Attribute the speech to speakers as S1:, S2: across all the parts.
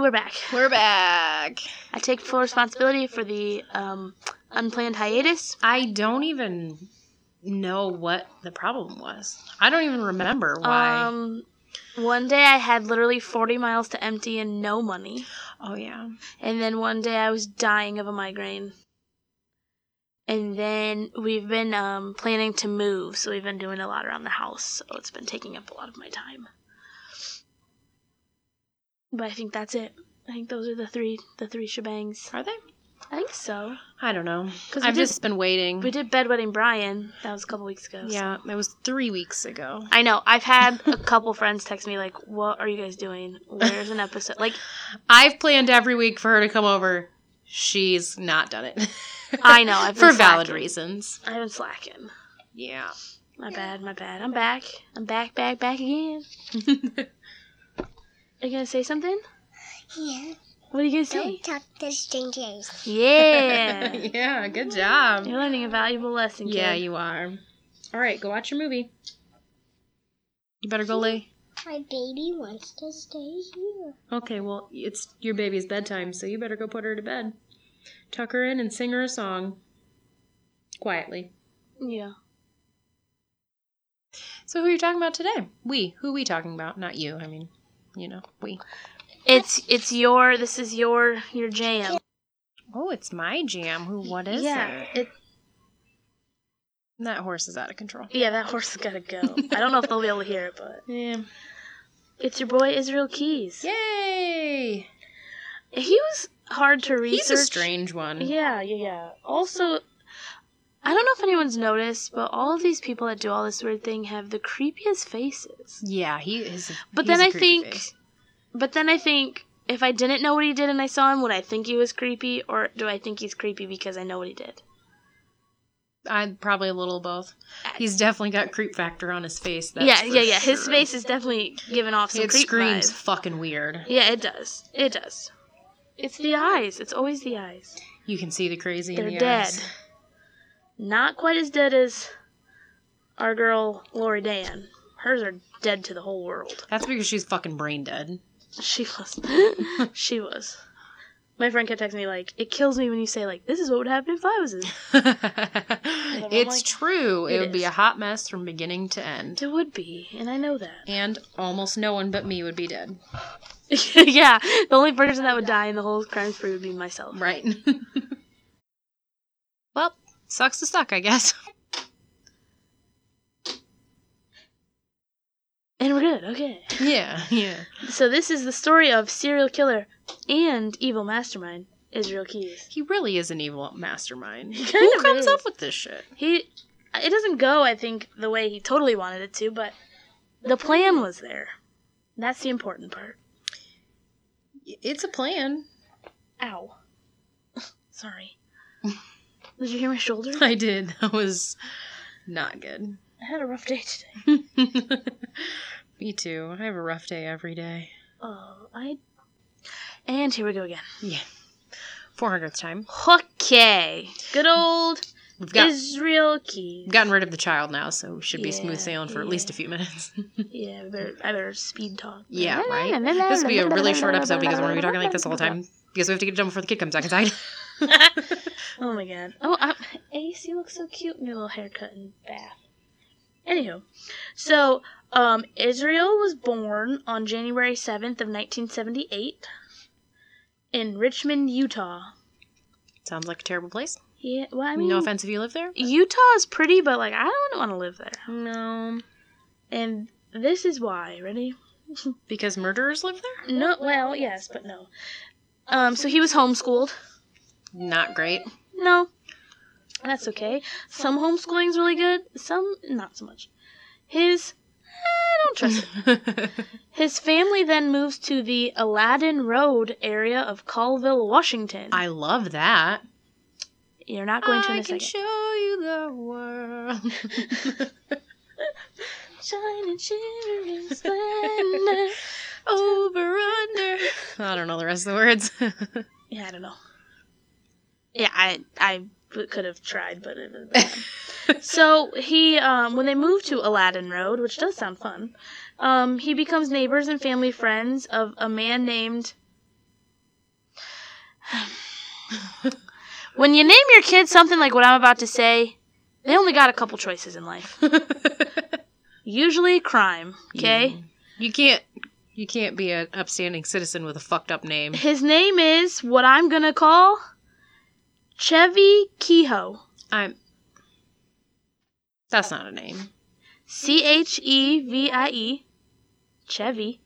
S1: We're back.
S2: I take full responsibility for the um, unplanned hiatus.
S3: I don't even know what the problem was. I don't even remember why.
S2: Um, one day I had literally 40 miles to empty and no money.
S3: oh yeah.
S2: And then one day I was dying of a migraine. And then we've been um, planning to move, so we've been doing a lot around the house, so it's been taking up a lot of my time. But I think that's it. I think those are the three the three shebangs.
S3: Are they?
S2: I think so.
S3: I don't know. Cuz
S2: we
S3: I've
S2: did-
S3: just been waiting.
S2: We did bedwetting Brian. That was a couple weeks ago. so-
S3: yeah, it was 3 weeks ago.
S2: I know. I've had a couple friends text me like, "What are you guys doing? Where's an episode?" Like,
S3: I've planned every week for her to come over. She's not done it.
S2: I know. I've been
S3: for valid
S2: slacking.
S3: reasons.
S2: I've been slacking.
S3: Yeah.
S2: My bad. My bad. I'm back. I'm back. Back. Back again. Are you gonna say something?
S4: Yeah.
S2: What are you gonna
S4: Don't
S2: say?
S4: talk to strangers.
S2: Yeah.
S3: yeah, good job.
S2: You're learning a valuable lesson. Kid.
S3: Yeah, you are. All right, go watch your movie. You better go lay.
S4: My baby wants to stay here.
S3: Okay, well, it's your baby's bedtime, so you better go put her to bed. Tuck her in and sing her a song. Quietly.
S2: Yeah.
S3: So, who are you talking about today? We. Who we talking about? Not you. I mean, you know, we.
S2: It's it's your. This is your your jam.
S3: Oh, it's my jam. Who? What is
S2: yeah.
S3: it?
S2: It,
S3: That horse is out of control.
S2: yeah. That horse has gotta go. I don't know if they'll be able to hear it, but
S3: Yeah.
S2: it's your boy Israel Keys.
S3: Yay!
S2: He was hard to research.
S3: He's a strange one.
S2: Yeah, yeah, yeah. Also, I don't know if anyone's noticed, but all of these people that do all this weird thing have the creepiest faces.
S3: Yeah, he is.
S2: But then I think, but then I think, if I didn't know what he did and I saw him, would I think he was creepy, or do I think he's creepy because I know what he did?
S3: I'd probably a little of both. He's definitely got creep factor on his face. That's
S2: yeah,
S3: for
S2: yeah, yeah. His
S3: sure.
S2: face is definitely giving off some
S3: It
S2: creep
S3: screams
S2: vibe.
S3: fucking weird.
S2: Yeah, it does. It does. It's the eyes. It's always the eyes.
S3: You can see the crazy
S2: They're
S3: in the
S2: dead.
S3: eyes.
S2: Not quite as dead as our girl Lori Dan. Hers are dead to the whole world.
S3: That's because she's fucking brain dead.
S2: She was. she was. My friend kept texting me like, "It kills me when you say like this is what would happen if I was." in-"
S3: it's
S2: like-
S3: true. It,
S2: It
S3: would be
S2: is.
S3: a hot mess from beginning to end.
S2: It would be, and I know that.
S3: And almost no one but me would be dead.
S2: yeah, the only person that would die in the whole crime spree would be myself.
S3: Right. well, sucks to suck, I guess.
S2: And we're good. Okay.
S3: Yeah, yeah.
S2: So this is the story of serial killer and evil mastermind Israel Keys.
S3: He really is an evil mastermind.
S2: kind
S3: Who
S2: of
S3: comes
S2: is.
S3: up with this shit?
S2: He, it doesn't go, I think, the way he totally wanted it to, but the plan was there. That's the important part.
S3: It's a plan.
S2: Ow. Sorry. Did you hear my shoulder?
S3: I did. That was not good.
S2: I had a rough day today.
S3: Me too. I have a rough day every day.
S2: Oh, I. And here we go again.
S3: Yeah. 400th time.
S2: Okay. Good old
S3: We've got
S2: Israel Keys.
S3: we've gotten rid of the child now, so we should be smooth
S2: Yeah,
S3: sailing for at
S2: yeah.
S3: least a few minutes.
S2: Yeah, I better, I better speed talk.
S3: yeah, right? This will be a really short episode because we're going to be talking like this all the time because we have to get it done before the kid comes back inside.
S2: oh my god. Oh, i Ace, you look so cute in your little haircut and bath. Anywho, so um, Israel was born on January seventh of nineteen seventy eight in Richmond, Utah.
S3: Sounds like a terrible place.
S2: Yeah, well, I mean,
S3: no offense if you live there.
S2: Utah is pretty, but like I don't want to live there.
S3: No.
S2: And this is why. Ready?
S3: Because murderers live there?
S2: No. Well, yes, but no. Um. So he was homeschooled.
S3: Not great.
S2: No. That's okay. Some homeschooling's really good. Some not so much. His. I don't trust it. His family then moves to the Aladdin Road area of Colville, Washington.
S3: I love that.
S2: You're not going to
S3: I
S2: in a
S3: can
S2: second.
S3: show you the world.
S2: Shine and shimmer and splendor.
S3: Over under. I don't know the rest of the words.
S2: Yeah, I don't know. Yeah, I I could have tried, but it was bad. so he, um, when they moved to Aladdin Road, which does sound fun, um, he becomes neighbors and family friends of a man named When you name your kid something like what I'm about to say, they only got a couple choices in life. Usually crime, okay?
S3: You can't you can't be an upstanding citizen with a fucked up name.
S2: His name is what I'm going to call Chevy Kehoe.
S3: I'm That's not a name.
S2: C H E V I E. Chevy.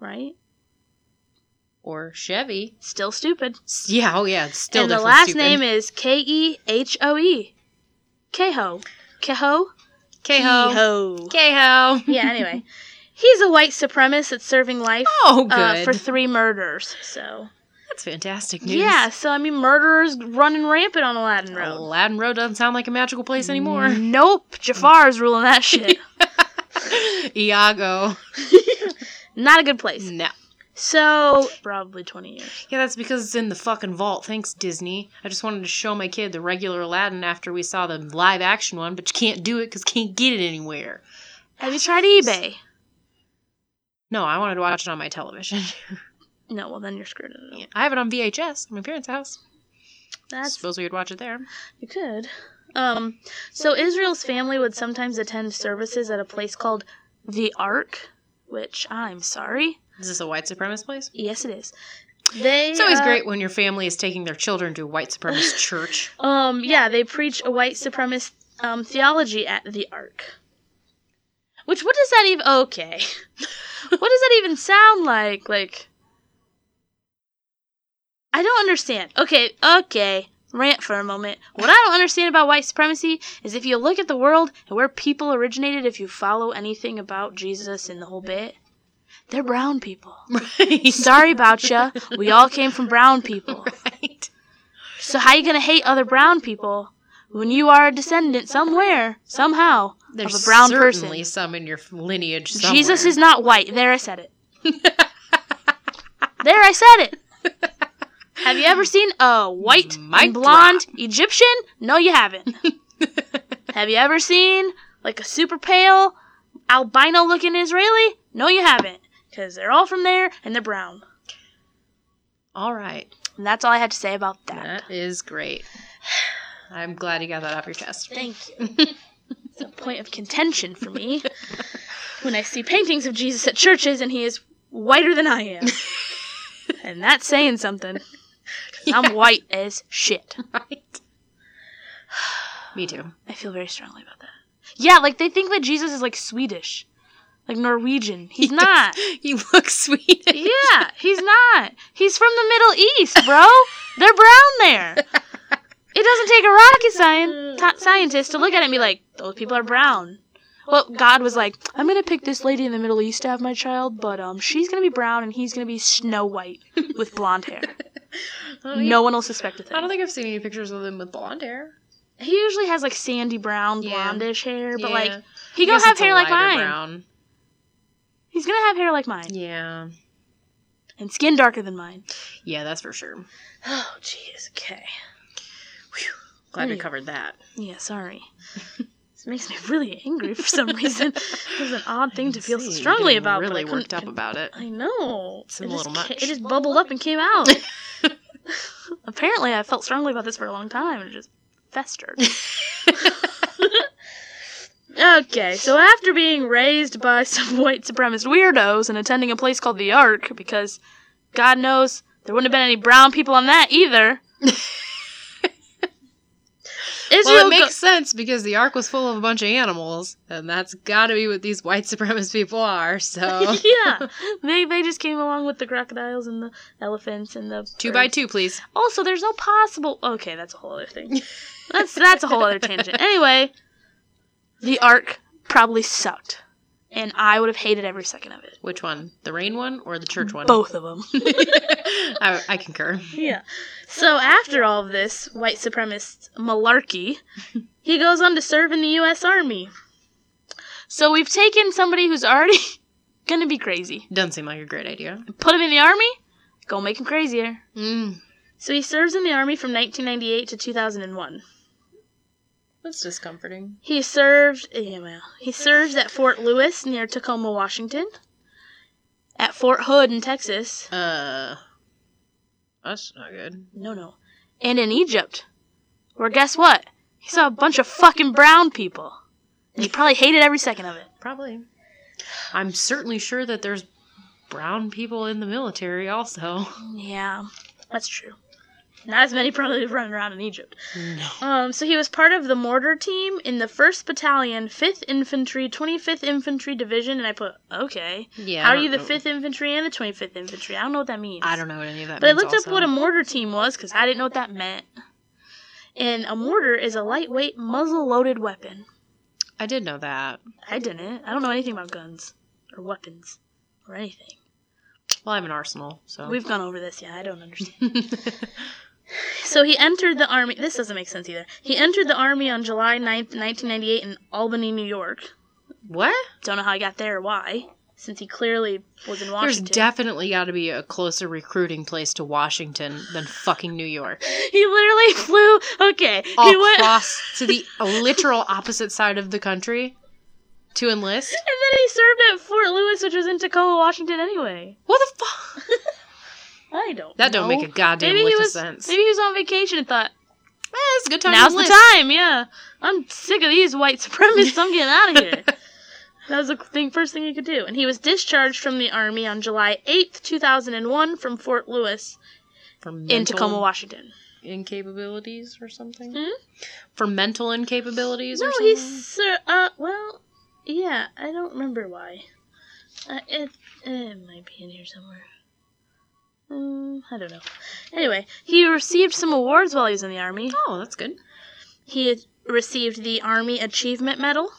S2: Right?
S3: Or Chevy.
S2: Still stupid.
S3: S- Yeah, oh yeah, it's still
S2: and the
S3: different,
S2: last
S3: stupid.
S2: name is K E H O E. Kehoe. Kehoe?
S3: Kehoe.
S2: Kehoe.
S3: Kehoe.
S2: yeah, anyway. He's a white supremacist that's serving life
S3: Oh,
S2: uh,
S3: good.
S2: for three murders. So
S3: That's fantastic news.
S2: yeah, so I mean, murderers running rampant on Aladdin Road.
S3: Aladdin Road doesn't sound like a magical
S2: Mm-hmm.
S3: place anymore.
S2: Nope, Jafar's ruling that shit.
S3: Iago.
S2: Not a good place.
S3: No.
S2: So probably twenty years.
S3: Yeah, that's because it's in the fucking vault. Thanks, Disney. I just wanted to show my kid the regular Aladdin after we saw the live action one, but you can't do it because can't get it anywhere.
S2: Have you tried eBay?
S3: No, I wanted to watch it on my television.
S2: No, well then you're screwed. I don't know.
S3: I have it on VHS at my parents' house. I
S2: That's
S3: suppose we would watch it there.
S2: you could. Um, so Israel's family would sometimes attend services at a place called the Ark, which I'm sorry.
S3: Is this a white supremacist place?
S2: Yes, it is. They.
S3: It's always
S2: uh,
S3: great when your family is taking their children to a white supremacist church.
S2: Um, yeah, they preach a white supremacist um, theology at the Ark. Which, what does that even? Okay, what does that even sound like? Like, I don't understand. Okay, okay, rant for a moment. What I don't understand about white supremacy is if you look at the world and where people originated, if you follow anything about Jesus and the whole bit, they're brown people.
S3: Right.
S2: Sorry about ya. We all came from brown people.
S3: right.
S2: So how you gonna hate other brown people when you are a descendant somewhere, somehow,
S3: There's
S2: of a brown person?
S3: certainly some in your lineage somewhere.
S2: Jesus is not white. There I said it. there I said it. Have you ever seen a white
S3: Mic
S2: and blonde Egyptian? No, you haven't. Have you ever seen like a super pale albino looking Israeli? No, you haven't. Because they're all from there and they're brown.
S3: All right.
S2: And that's all I had to say about that.
S3: That is great. I'm glad you got that off your chest.
S2: Thank you. it's a point of contention for me when I see paintings of Jesus at churches and he is whiter than I am. and that's saying something. 'Cause I'm white as shit.
S3: Right. Me too.
S2: I feel very strongly about that. Yeah, like they think that Jesus is like Swedish, like Norwegian. He's not.
S3: You look sweet.
S2: Yeah, he's not. He's from the Middle East, bro. They're brown there. It doesn't take a rocket science scientist to look at it and be like, those people are brown. Well, God was like, I'm gonna pick this lady in the Middle East to have my child, but um, she's gonna be brown and he's gonna be Snow White with blonde hair. No one will suspect a
S3: Oh, I don't
S2: thing.
S3: think I've seen any pictures of them with blonde hair.
S2: He usually has like sandy brown,
S3: Yeah.
S2: blondish hair, but
S3: Yeah.
S2: like
S3: I
S2: he gonna
S3: guess
S2: have
S3: it's a
S2: hair like
S3: lighter
S2: mine.
S3: Brown.
S2: He's gonna have hair like mine
S3: Yeah.
S2: and skin darker than mine.
S3: Yeah, that's for sure.
S2: Oh, jeez. Okay.
S3: Glad we
S2: Anyway.
S3: covered that.
S2: Yeah, sorry. this makes me really angry for some reason. it was an odd thing to feel so
S3: See, you're
S2: strongly
S3: getting
S2: about. but I
S3: Really
S2: couldn't-
S3: worked up about it.
S2: I know.
S3: It's
S2: it
S3: a
S2: just
S3: little
S2: ca-
S3: much.
S2: It just bubbled up and came out. Apparently, I felt strongly about this for a long time, and it just festered. Okay, so after being raised by some white supremacist weirdos and attending a place called the Ark, because God knows there wouldn't have been any brown people on that either. Israel
S3: Well, it
S2: go-
S3: makes sense because the ark was full of a bunch of animals, and that's got to be what these white supremacist people are. So
S2: yeah, they they just came along with the crocodiles and the elephants and the
S3: two
S2: birds.
S3: by two, please.
S2: Also, there's no possible. Okay, that's a whole other thing. That's that's a whole other tangent. Anyway, the arc probably sucked, and I would have hated every second of it.
S3: Which one? The rain one or the church one?
S2: Both of them.
S3: I, I concur.
S2: yeah. So after all of this white supremacist malarkey, he goes on to serve in the U.S. Army. So we've taken somebody who's already gonna be crazy,
S3: Doesn't seem like a great idea.
S2: put him in the army, go make him crazier.
S3: Mm,
S2: So he serves in the army from 1998 to 2001.
S3: that's discomforting.
S2: He served, yeah, well, he served at Fort Lewis near Tacoma, Washington, at Fort Hood in Texas.
S3: Uh, that's not good.
S2: No, no, and in Egypt. Where guess what? He saw a bunch of fucking brown people. And he probably hated every second of it.
S3: Probably. I'm certainly sure that there's brown people in the military also.
S2: Yeah, that's true. Not as many probably running around in Egypt.
S3: No.
S2: Um, so he was part of the mortar team in the 1st Battalion, 5th Infantry, 25th Infantry Division, and I put, okay.
S3: Yeah.
S2: How
S3: I
S2: are you the
S3: don't know-
S2: 5th Infantry and the 25th Infantry? I don't know what that means.
S3: I don't know what any of that
S2: But I
S3: means
S2: looked up
S3: also.
S2: what a mortar team was because I didn't know what that meant. And a mortar is a lightweight, muzzle loaded weapon.
S3: I did know that.
S2: I didn't. I don't know anything about guns or weapons or anything.
S3: Well, I have an arsenal, so.
S2: We've gone over this, yeah, I don't understand. so he entered the army. This doesn't make sense either. He entered the army on July 9th, 1998, in Albany, New York.
S3: what?
S2: Don't know how he got there or why, since he clearly was in
S3: There's
S2: Washington.
S3: definitely got to be a closer recruiting place to Washington than fucking New York.
S2: he literally flew. Okay. he went.
S3: across to the literal opposite side of the country to enlist.
S2: And then he served at Fort Lewis, which was in Tacoma, Washington, anyway.
S3: What the fuck?
S2: I don't.
S3: That don't
S2: know.
S3: make a goddamn
S2: maybe
S3: lick
S2: he was,
S3: of sense.
S2: Maybe he was on vacation and thought,
S3: Eh, it's a good time. to
S2: now's the
S3: enlist.
S2: time, yeah. I'm sick of these white supremacists. I'm getting out of here. That was the thing, first thing he could do. And he was discharged from the Army on July 8th, 2001, from Fort Lewis
S3: For
S2: in
S3: mental
S2: Tacoma, Washington.
S3: incapabilities or something.
S2: Hmm?
S3: For mental incapabilities
S2: No,
S3: or something.
S2: he's. Sir, uh, well, yeah, I don't remember why. Uh, it, it might be in here somewhere. Mm, I don't know. Anyway, he received some awards while he was in the Army.
S3: Oh, that's good.
S2: He received the Army Achievement Medal,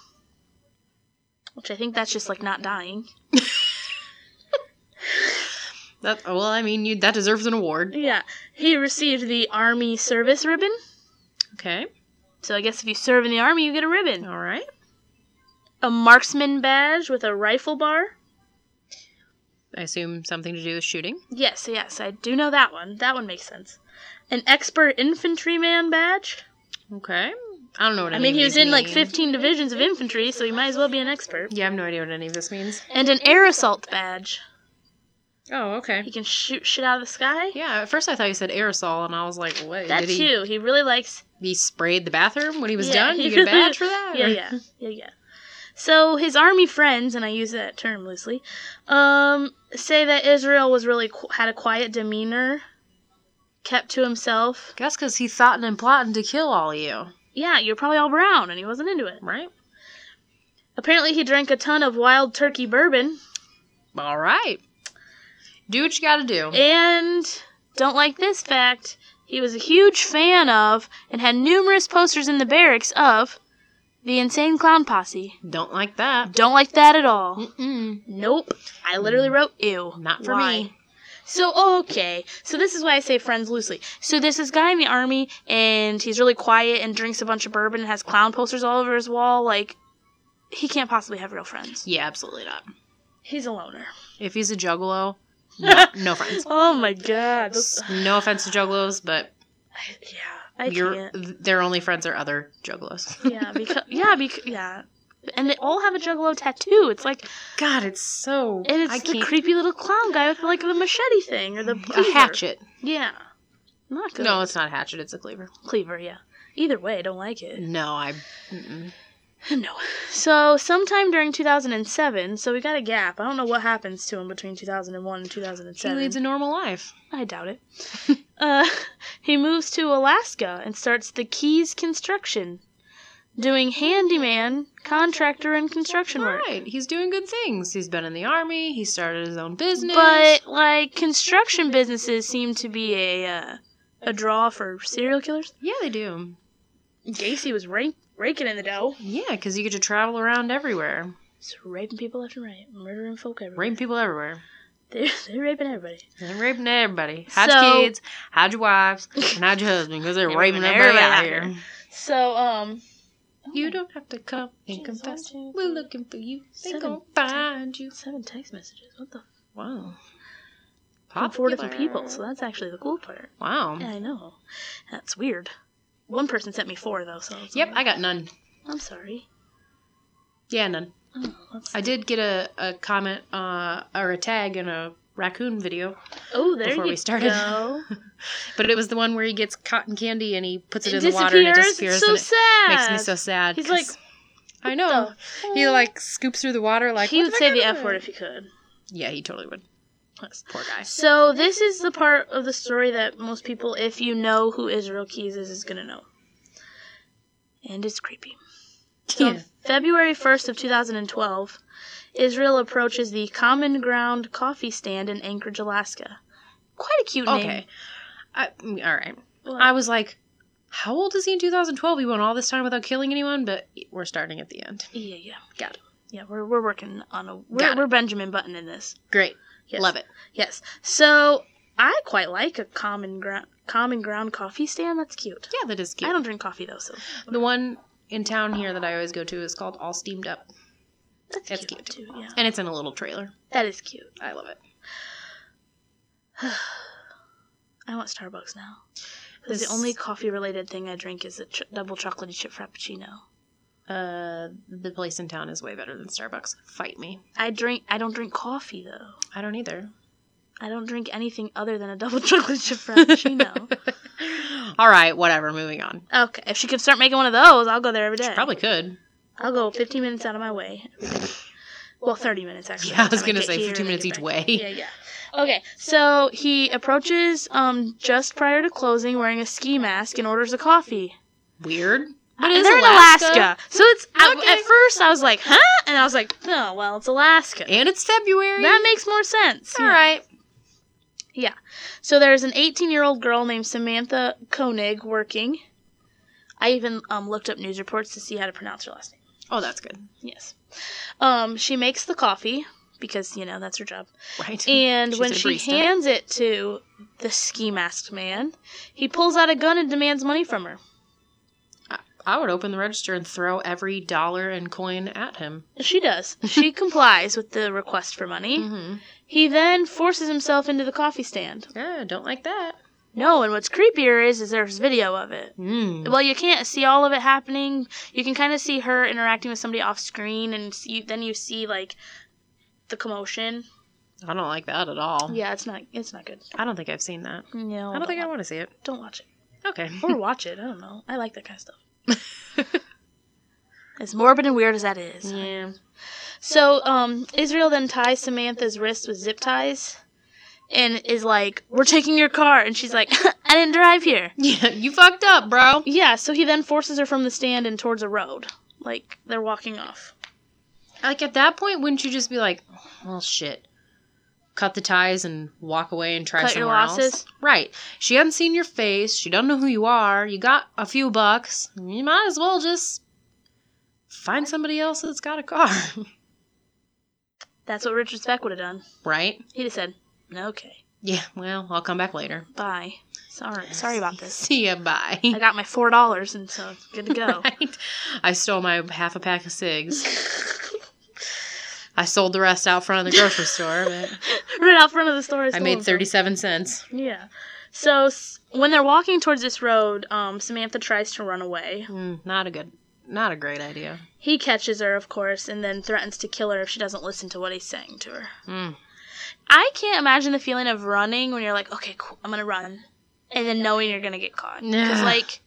S2: which I think that's just like not dying.
S3: That well, I mean, you, that deserves an award.
S2: Yeah. He received the Army Service Ribbon.
S3: Okay.
S2: So I guess if you serve in the Army, you get a ribbon.
S3: All right.
S2: A marksman badge with a rifle bar.
S3: I assume something to do with shooting.
S2: Yes, yes, I do know that one. That one makes sense. An expert infantryman badge.
S3: Okay. I don't know what
S2: I
S3: any
S2: mean,
S3: of
S2: he was
S3: these
S2: in like
S3: mean.
S2: 15 divisions of infantry, so he might as well be an expert.
S3: Yeah, I have no idea what any of this means.
S2: And an air assault badge.
S3: Oh, okay.
S2: He can shoot shit out of the sky.
S3: Yeah, at first I thought you said aerosol, and I was like, what?
S2: That
S3: did he,
S2: too. He really likes
S3: he sprayed the bathroom when he was
S2: Yeah,
S3: done?
S2: he
S3: You get a
S2: really-
S3: badge for that?
S2: yeah,
S3: Or-
S2: yeah, yeah, yeah. So his army friends, and I use that term loosely, um, say that Israel was really qu- had a quiet demeanor, kept to himself.
S3: Guess because he thought and plotting to kill all of you,
S2: Yeah, you're probably all brown, and he wasn't into it.
S3: right?
S2: Apparently, he drank a ton of wild turkey bourbon
S3: All right. Do what you got to do.
S2: and don't like this fact. He was a huge fan of and had numerous posters in the barracks of the Insane Clown Posse.
S3: Don't like that.
S2: Don't like that at all.
S3: Mm-mm.
S2: Nope. I literally wrote ew.
S3: Not for
S2: Why?
S3: me.
S2: So okay. So this is why I say friends loosely. So there's this guy in the army and he's really quiet and drinks a bunch of bourbon and has clown posters all over his wall, like he can't possibly have real friends.
S3: Yeah, absolutely not.
S2: He's a loner.
S3: If he's a juggalo, no, no friends.
S2: Oh my god. those-
S3: No offense to juggalos, but
S2: I- yeah. I
S3: your
S2: can't.
S3: their only friends are other juggalos.
S2: Yeah, because yeah, because yeah. And they all have a juggalo tattoo. It's like
S3: God, it's so.
S2: and it's
S3: I
S2: the
S3: can't.
S2: creepy little clown guy with like the machete thing or the
S3: a
S2: cleaver.
S3: hatchet.
S2: Yeah. Not good.
S3: No, it's not a hatchet. It's a cleaver.
S2: cleaver, yeah. Either way, I don't like it.
S3: No, I. Mm-mm. Mm.
S2: No. So, sometime during 2007, so we got a gap. I don't know what happens to him between 2001 and
S3: He
S2: 2007.
S3: leads a normal life.
S2: I doubt it. uh, he moves to Alaska and starts the Keys Construction, doing handyman, contractor, and construction work.
S3: Right. He's doing good things. He's been in the army. He started his own business.
S2: But, like, construction businesses seem to be a, uh, a draw for serial killers.
S3: yeah, they do.
S2: Gacy was ra- raking in the dough.
S3: Yeah, because you get to travel around everywhere,
S2: He's raping people left and right, murdering folk everywhere.
S3: raping people everywhere,
S2: They're, they're raping everybody.
S3: and raping everybody. Hide
S2: So-
S3: your kids, hide your wives, and hide your husband because they're
S2: They're
S3: raping
S2: raping
S3: everybody out
S2: everybody out
S3: here.
S2: So, um,
S3: You don't have to come and
S2: Jesus,
S3: confess.
S2: one, two,
S3: We're
S2: three,
S3: looking for you. They're
S2: seven,
S3: gonna find you.
S2: Seven text messages. What the? F-
S3: Wow.
S2: from four different
S3: Popular. Mm.
S2: people. So that's actually the cool part.
S3: Wow.
S2: Yeah, I know. That's weird. One person sent me four though. So it's
S3: Yep,
S2: like-
S3: I got none.
S2: I'm sorry.
S3: Yeah, none.
S2: Oh, that's-
S3: I did get a, a comment uh, or a tag in a raccoon video,
S2: Oh, there
S3: Before
S2: you
S3: we started.
S2: go.
S3: but it was the one where he gets cotton candy and he puts it,
S2: it
S3: in the water and it
S2: disappears.
S3: disappears.
S2: It's so
S3: and it makes
S2: sad.
S3: me so sad.
S2: He's
S3: 'cause-
S2: like,
S3: I know. He like scoops through the water like
S2: he
S3: "What
S2: would say
S3: fuck
S2: the
S3: am I
S2: F word
S3: doing?"
S2: if he could.
S3: Yeah, he totally would. Poor guy.
S2: So this is the part of the story that most people, if you know who Israel Keys is, is gonna know. And it's creepy. So on
S3: Yeah.
S2: February 1st of 2012, Israel approaches the Common Ground coffee stand in Anchorage, Alaska. Quite a cute name.
S3: Okay. I, mm, all right. I was like, how old is he in 2012? He went all this time without killing anyone, but we're starting at the end.
S2: Yeah, yeah.
S3: Got it.
S2: Yeah, we're, we're working on a
S3: Got
S2: we're,
S3: it.
S2: we're Benjamin Button in this.
S3: Great.
S2: Yes.
S3: Love it.
S2: Yes. So I quite like a common ground common ground coffee stand. That's cute.
S3: Yeah, that is cute.
S2: I don't drink coffee though, so
S3: the one in town here that I always go to is called All Steamed Up,
S2: that's,
S3: That's
S2: cute, too. Yeah,
S3: and it's in a little trailer.
S2: that is cute.
S3: I love it.
S2: I want Starbucks now. 'Cause
S3: This-
S2: the only coffee related thing I drink is a ch- double chocolatey chip frappuccino.
S3: Uh, the place in town is way better than Starbucks. Fight me.
S2: I drink. I don't drink coffee though.
S3: I don't either.
S2: I don't drink anything other than a double chocolate chip frappuccino.
S3: all right, whatever. Moving on.
S2: okay, if she could start making one of those, I'll go there every day.
S3: Probably could.
S2: I'll go 15 minutes out of my way. Well, 30 minutes actually.
S3: Yeah, I
S2: by the
S3: was
S2: time
S3: gonna
S2: get
S3: say
S2: here
S3: 15
S2: and I
S3: minutes
S2: get
S3: each
S2: back.
S3: way.
S2: Yeah, yeah. Okay, so he approaches um just prior to closing wearing a ski mask and orders a coffee.
S3: Weird.
S2: But
S3: is
S2: Uh, they're
S3: Alaska?
S2: in Alaska, so it's I-
S3: Okay.
S2: at first I was like, huh, and I was like, no, well, it's Alaska.
S3: And it's February.
S2: that makes more sense.
S3: all
S2: yeah.
S3: right.
S2: So there's an 18 year old girl named Samantha Koenig working. I even um, looked up news reports to see how to pronounce her last name.
S3: Oh, that's good.
S2: Yes. Um, she makes the coffee because you know that's her job.
S3: Right.
S2: And
S3: She's
S2: when
S3: a
S2: she
S3: barista.
S2: hands it to the ski masked man, he pulls out a gun and demands money from her.
S3: I would open the register and throw every dollar and coin at him.
S2: She does. She complies with the request for money.
S3: Mm-hmm.
S2: He then forces himself into the coffee stand.
S3: Yeah, don't like that.
S2: No, and what's creepier is, is there's video of it.
S3: Mm.
S2: Well, you can't see all of it happening. You can kind of see her interacting with somebody off screen, and s- you, then you see like the commotion.
S3: I don't like that at all.
S2: Yeah, it's not. It's not good.
S3: I don't think I've seen that.
S2: No,
S3: I don't think Oh. I
S2: wa-
S3: want to see it.
S2: don't watch it.
S3: Okay.
S2: or watch it. I don't know. I like that kind of stuff. as morbid and weird as that is.
S3: yeah.
S2: So, um, Israel then ties Samantha's wrist with zip ties and is like, We're taking your car. And she's like, I didn't drive here.
S3: Yeah, you fucked up, bro.
S2: Yeah, so he then forces her from the stand and towards a road. Like, they're walking off.
S3: Like at that point, wouldn't you just be like, "Well, shit." Cut the ties and walk away and try
S2: Cut your
S3: somewhere else.
S2: losses.
S3: Right. She hasn't seen your face. She doesn't know who you are. You got a few bucks. You might as well just find somebody else that's got a car.
S2: That's what Richard Speck would have done.
S3: right?
S2: He'd have said, Okay,
S3: Yeah. Well, I'll come back later.
S2: bye. Sorry, sorry about this.
S3: See ya. Bye.
S2: I got my four dollars, and so good to go.
S3: Right? I stole my half a pack of cigs. I sold the rest out front of the grocery store, but
S2: right out front of the store.
S3: I made
S2: thirty.
S3: 37 cents.
S2: Yeah. So s- when they're walking towards this road, um, Samantha tries to run away.
S3: Mm, not a good, not a great idea.
S2: He catches her, of course, and then threatens to kill her if she doesn't listen to what he's saying to her.
S3: Mm.
S2: I can't imagine the feeling of running when you're like, okay, cool, I'm gonna run, and then knowing you're gonna get caught. Because
S3: Yeah.
S2: like,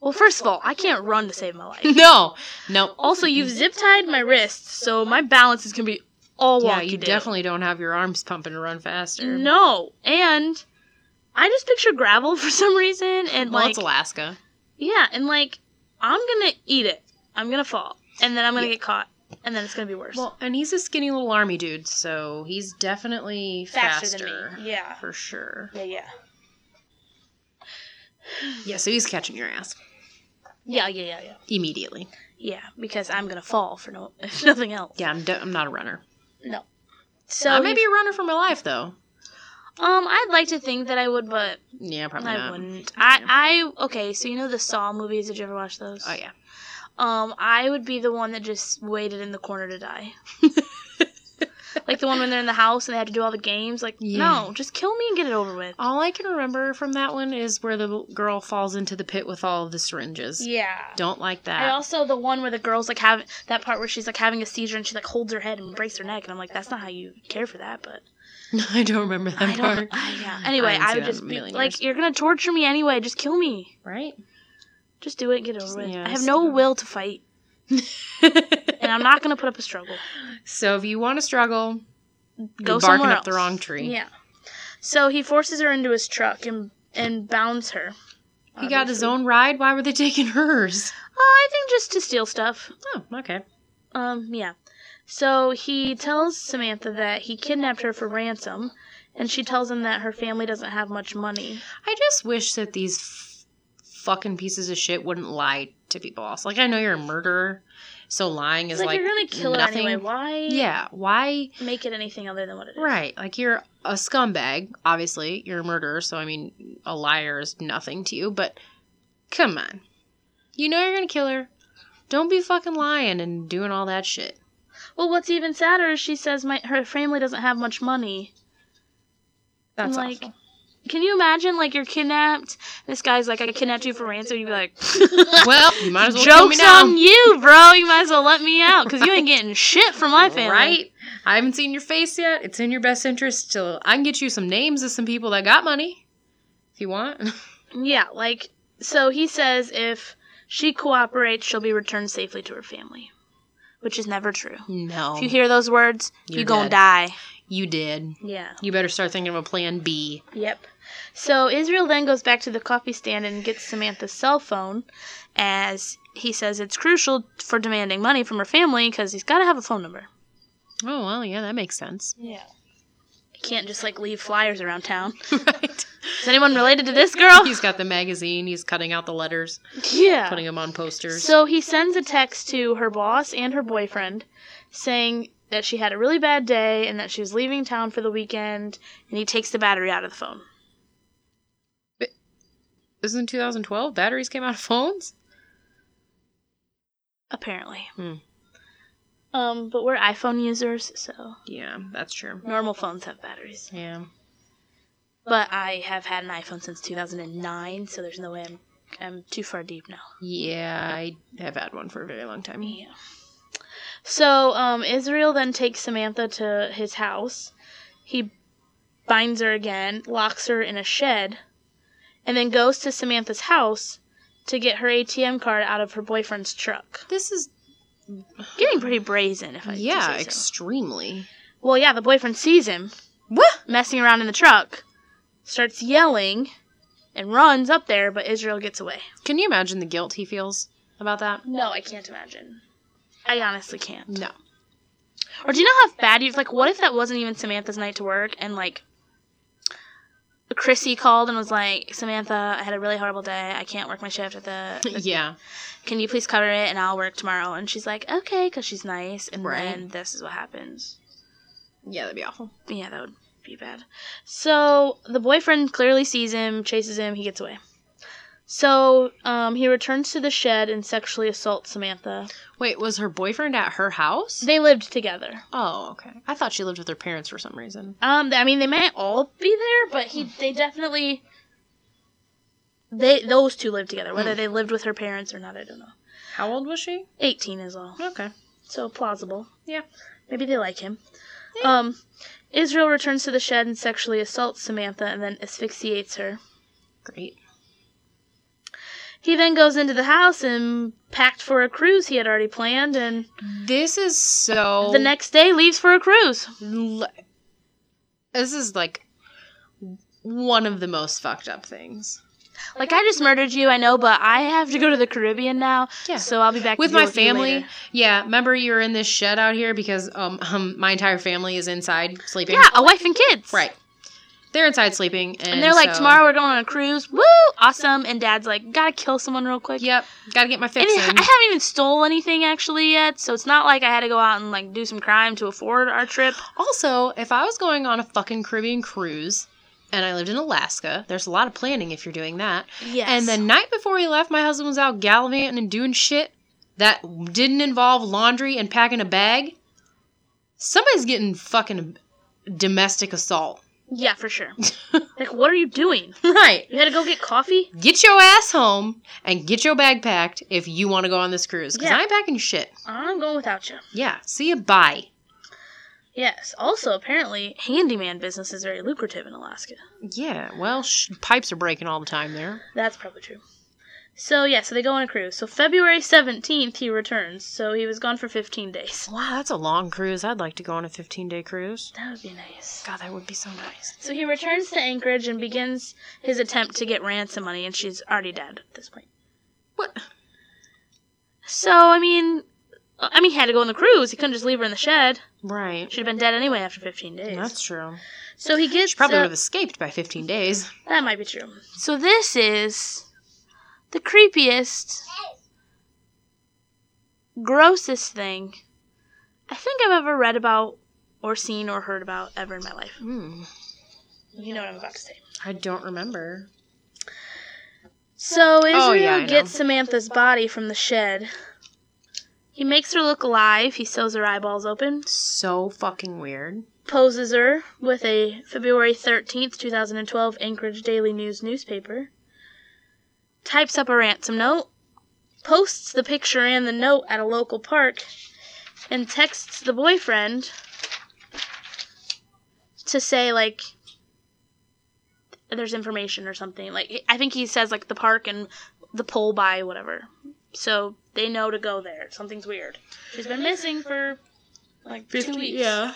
S2: well, first of all, I can't run to save my life.
S3: No, no.
S2: also, you've zip tied my wrist, so my balance is gonna be all
S3: yeah,
S2: wonky
S3: you
S2: doodle.
S3: definitely don't have your arms pumping to run faster.
S2: no. And I just picture gravel for some reason, and
S3: well,
S2: like
S3: it's Alaska.
S2: Yeah, and like I'm gonna eat it. I'm gonna fall, and then I'm gonna
S3: Yeah.
S2: get caught, and then it's gonna be worse.
S3: Well, and he's a skinny little army dude, so he's definitely faster,
S2: Yeah.
S3: for sure.
S2: Yeah, yeah.
S3: Yeah, so he's catching your ass
S2: Yeah, yeah, yeah, yeah.
S3: immediately.
S2: Yeah, because I'm gonna fall for no if nothing else.
S3: Yeah, I'm, de- I'm not a runner.
S2: No. So
S3: I may
S2: maybe
S3: be a runner for my life though.
S2: um, I'd like to think that I would, but
S3: Yeah, probably
S2: I
S3: not.
S2: wouldn't. I I okay. So you know the Saw movies? Did you ever watch those?
S3: Oh yeah.
S2: Um, I would be the one that just waited in the corner to die. like the one when they're in the house and they had to do all the games. Like
S3: Yeah.
S2: no, just kill me and get it over with.
S3: All I can remember from that one is where the l- girl falls into the pit with all of the syringes.
S2: Yeah.
S3: Don't like
S2: I
S3: that.
S2: also the one where the girls like have that part where she's like having a seizure and she like holds her head and breaks her neck and I'm like that's not how you care for that but
S3: I don't remember that
S2: I
S3: part.
S2: don't. I, yeah. Anyway,
S3: haven't
S2: I,
S3: seen
S2: would
S3: that in
S2: just
S3: a
S2: be
S3: million
S2: like,
S3: years.
S2: "You're gonna torture me anyway. Just kill me.
S3: Right?
S2: Just do it. and Get it
S3: Just-
S2: over with.
S3: yeah,
S2: I have
S3: just
S2: no
S3: do it.
S2: will to fight, and I'm not gonna put up a struggle.
S3: so if you want to struggle,
S2: Go
S3: you're barking
S2: somewhere
S3: up
S2: else.
S3: the wrong tree.
S2: Yeah. So he forces her into his truck and and bounds her.
S3: He got his
S2: obviously.
S3: own ride. Why were they taking hers?
S2: Oh, I think just to steal stuff.
S3: Oh, okay.
S2: Um, yeah. So he tells Samantha that he kidnapped her for ransom, and she tells him that her family doesn't have much money.
S3: I just wish that these f- fucking pieces of shit wouldn't lie to people else. Like I know you're a murderer, so lying
S2: It's
S3: is
S2: like,
S3: like,
S2: you're gonna kill
S3: nothing.
S2: her anyway. Why
S3: Yeah, why?
S2: make it anything other than what it is?
S3: Right. Like you're a scumbag, obviously. You're a murderer, so I mean, a liar is nothing to you, but come on. You know you're going to kill her. Don't be fucking lying and doing all that shit.
S2: Well, what's even sadder is she says my her family doesn't have much money.
S3: That's
S2: Like-
S3: awful.
S2: Can you imagine like you're kidnapped? This guy's like, I kidnapped you for ransom. You'd be like,
S3: Well, you might as well kill me
S2: Jokes
S3: now.
S2: on you, bro. You might as well let me out because you ain't getting shit from my family.
S3: Right? I haven't seen your face yet. It's in your best interest to I can get you some names of some people that got money if you want.
S2: Yeah, like so he says if she cooperates, she'll be returned safely to her family, which is never true.
S3: No.
S2: If you
S3: You,
S2: hear those words,
S3: Um, You're
S2: you gonna
S3: dead.
S2: die.
S3: did.
S2: Yeah.
S3: You better start thinking of a plan B.
S2: Yep. So Israel then goes back to the coffee stand and gets Samantha's cell phone, as he says it's crucial for demanding money from her family because he's got to have a phone number.
S3: Oh, well, yeah, that makes sense.
S2: Yeah. Can't just like leave flyers around town.
S3: right.
S2: Is anyone related to this girl?
S3: He's got the magazine. He's cutting out the letters,
S2: yeah.
S3: putting them on posters.
S2: So he sends a text to her boss and her boyfriend saying that she had a really bad day and that she was leaving town for the weekend, and he takes the battery out of the phone.
S3: this is in 2012. Batteries came out of phones.
S2: Apparently.
S3: Hmm.
S2: Um, but we're iPhone users, so
S3: Yeah, that's true.
S2: normal phones have batteries.
S3: Yeah,
S2: But I have had an iPhone since 2009, so there's no way I'm, I'm too far deep now.
S3: yeah. I have had one for a very long time.
S2: Yeah. So um, Israel then takes Samantha to his house. He binds her again, locks her in a shed, and then goes to Samantha's house to get her ATM card out of her boyfriend's truck.
S3: This is
S2: Getting pretty brazen, if I
S3: yeah,
S2: do say so.
S3: extremely.
S2: Well, yeah, the boyfriend sees him
S3: What?
S2: messing around in the truck, starts yelling, and runs up there, but Israel gets away.
S3: Can you imagine the guilt he feels about that?
S2: No, I can't imagine. I honestly can't.
S3: No.
S2: Or do you know how bad you like? What if that wasn't even Samantha's night to work and like Chrissy called and was like, Samantha, I had a really horrible day. I can't work my shift at the.
S3: Yeah.
S2: Can you please cover it and I'll work tomorrow? And she's like, okay, because she's nice. And
S3: Right.
S2: then this is what happens.
S3: Yeah, that'd be awful.
S2: Yeah, that would be bad. So the boyfriend clearly sees him, chases him, he gets away. So um, he returns to the shed and sexually assaults Samantha.
S3: Wait, was her boyfriend at her house?
S2: They lived together.
S3: oh, okay. I thought she lived with her parents for some reason.
S2: Um, th- I mean, they might all be there, but he, they definitely, they those two live together.
S3: Hmm.
S2: Whether they lived with her parents or not, I don't know.
S3: How old was she?
S2: Eighteen is all,
S3: Okay.
S2: so plausible.
S3: Yeah.
S2: maybe they like him.
S3: Yeah.
S2: Um, Israel returns to the shed and sexually assaults Samantha and then asphyxiates her.
S3: Great.
S2: He then goes into the house and packed for a cruise he had already planned, and
S3: This is so
S2: the next day leaves for a cruise.
S3: L- this is like one of the most fucked up things
S2: Like I just murdered you, I know, but I have to go to the Caribbean now,
S3: Yeah.
S2: so I'll be back to
S3: with
S2: deal
S3: my
S2: you
S3: family
S2: later.
S3: yeah remember you were in this shed out here because um, um my entire family is inside sleeping
S2: Yeah, a wife and kids.
S3: right they're inside sleeping and,
S2: And they're like,
S3: so-
S2: tomorrow we're going on a cruise. Woo! Awesome. And dad's like, gotta kill someone real quick.
S3: yep gotta get my
S2: And
S3: fix
S2: it-
S3: in
S2: I haven't even stole anything actually yet, so it's not like I had to go out and like do some crime to afford our trip.
S3: also if i was going on a fucking caribbean cruise and i lived in alaska there's a lot of planning if you're doing that
S2: Yes.
S3: And the night before he left, my husband was out gallivanting and doing shit that didn't involve laundry and packing a bag. Somebody's getting fucking domestic assault.
S2: yeah, for sure. like, what are you doing?
S3: Right.
S2: You had to go get coffee?
S3: Get your ass home and get your bag packed if you want to go on this cruise. Because
S2: Yeah.
S3: I ain't packing your shit.
S2: I'm going without you.
S3: Yeah. See you. Bye.
S2: Yes. Also, apparently, handyman business is very lucrative in Alaska.
S3: Yeah, well, sh- pipes are breaking all the time there.
S2: That's probably true. So yeah, so they go on a cruise. So February seventeenth, he returns. So he was gone for fifteen days.
S3: Wow, that's a long cruise. I'd like to go on a 15 day cruise.
S2: That would be nice.
S3: God, that would be so nice.
S2: So he returns to Anchorage and begins his attempt to get ransom money, and she's already dead at this point.
S3: What?
S2: So I mean, I mean, he had to go on the cruise. He couldn't just leave her in the shed.
S3: Right.
S2: She'd have been dead anyway after fifteen days.
S3: That's true.
S2: so he gets
S3: She probably
S2: uh,
S3: would have escaped by 15 days.
S2: That might be true. So this is the creepiest, grossest thing I think I've ever read about or seen or heard about ever in my life.
S3: Hmm.
S2: You know what I'm about to say.
S3: I don't remember.
S2: So Israel
S3: Oh, yeah, I know.
S2: gets Samantha's body from the shed. He makes her look alive. He sews her eyeballs open,
S3: So fucking weird.
S2: poses her with a February 13th, 2012 Anchorage Daily News newspaper, types up a ransom note, posts the picture and the note at a local park, and texts the boyfriend to say, like, there's information or something. Like, I think he says, like, the park and the pole by, whatever. So they know to go there. Something's weird. She's been missing for, like, two weeks.
S3: Yeah.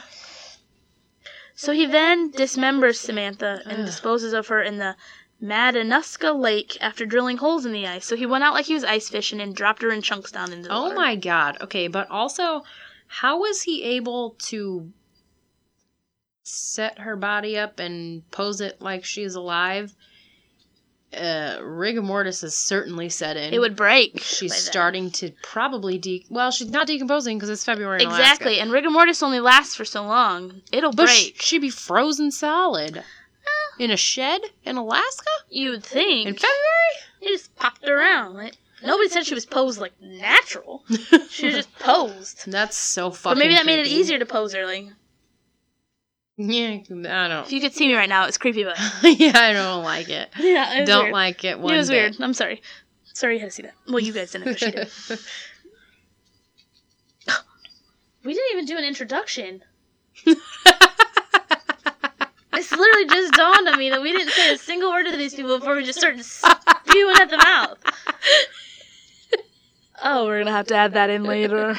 S2: So he then dismembers Samantha and
S3: Ugh.
S2: disposes of her in the Madanuska Lake after drilling holes in the ice. So he went out like he was ice fishing and dropped her in chunks down into the
S3: Oh
S2: water.
S3: my god. Okay, but also, how was he able to set her body up and pose it like she's alive? Uh, rigor mortis is certainly set in.
S2: It would break.
S3: She's
S2: by then.
S3: starting to probably de. Well, she's not decomposing because it's February. in Alaska.
S2: Exactly, and rigor mortis only lasts for so long. It'll
S3: But sh-
S2: break.
S3: she'd be frozen
S2: Eh.
S3: solid in a shed in Alaska
S2: You'd think.
S3: in February.
S2: He just popped around. Like, nobody said she was posed like natural. She was just posed.
S3: That's so fucking.
S2: But maybe that made it
S3: creepy.
S2: easier to pose her. Like,
S3: Yeah, I
S2: if you could see me right now, it's creepy, but
S3: don't. yeah, I don't like it.
S2: yeah,
S3: Don't like it. One
S2: it was
S3: bit.
S2: weird. I'm sorry. Sorry you had to see that. Well, you guys didn't. But she did. We didn't even do an introduction. It's literally just dawned on me that we didn't say a single word to these people before we just started spewing at the mouth. Oh, we're gonna have to add that in later.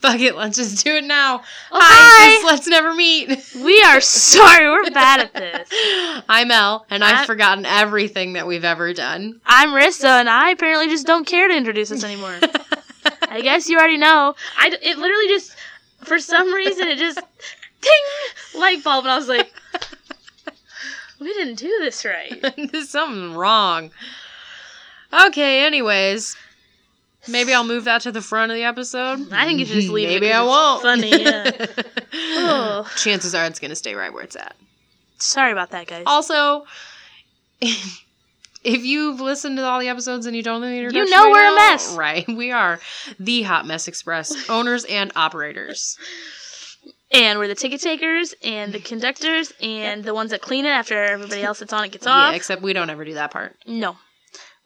S3: Fuck it, let's just do it now.
S2: hi.
S3: Hi, just let's never meet.
S2: We are sorry. We're bad at this.
S3: I'm Elle, and I've
S2: I'm-
S3: forgotten everything that we've ever done.
S2: I'm Rissa, and I apparently just don't care to introduce us anymore. I guess you already know. I d- it literally just for some reason it just ding light bulb, and I was like, we didn't do this right.
S3: There's something wrong. Okay, anyways. Maybe I'll move that to the front of the episode.
S2: I think you should just leave. it
S3: Maybe
S2: 'cause
S3: I
S2: it's
S3: won't.
S2: Funny. Yeah. oh,
S3: Chances are it's going to stay right where it's at.
S2: sorry about that, guys.
S3: Also, if you've listened to all the episodes and you don't know the introduction,
S2: know
S3: right
S2: we're
S3: now-
S2: a mess.
S3: Right. We are the Hot Mess Express owners and operators.
S2: And we're the ticket takers and the conductors and the ones that clean it after everybody else that's on it gets
S3: Yeah,
S2: off.
S3: except we don't ever do that part.
S2: no,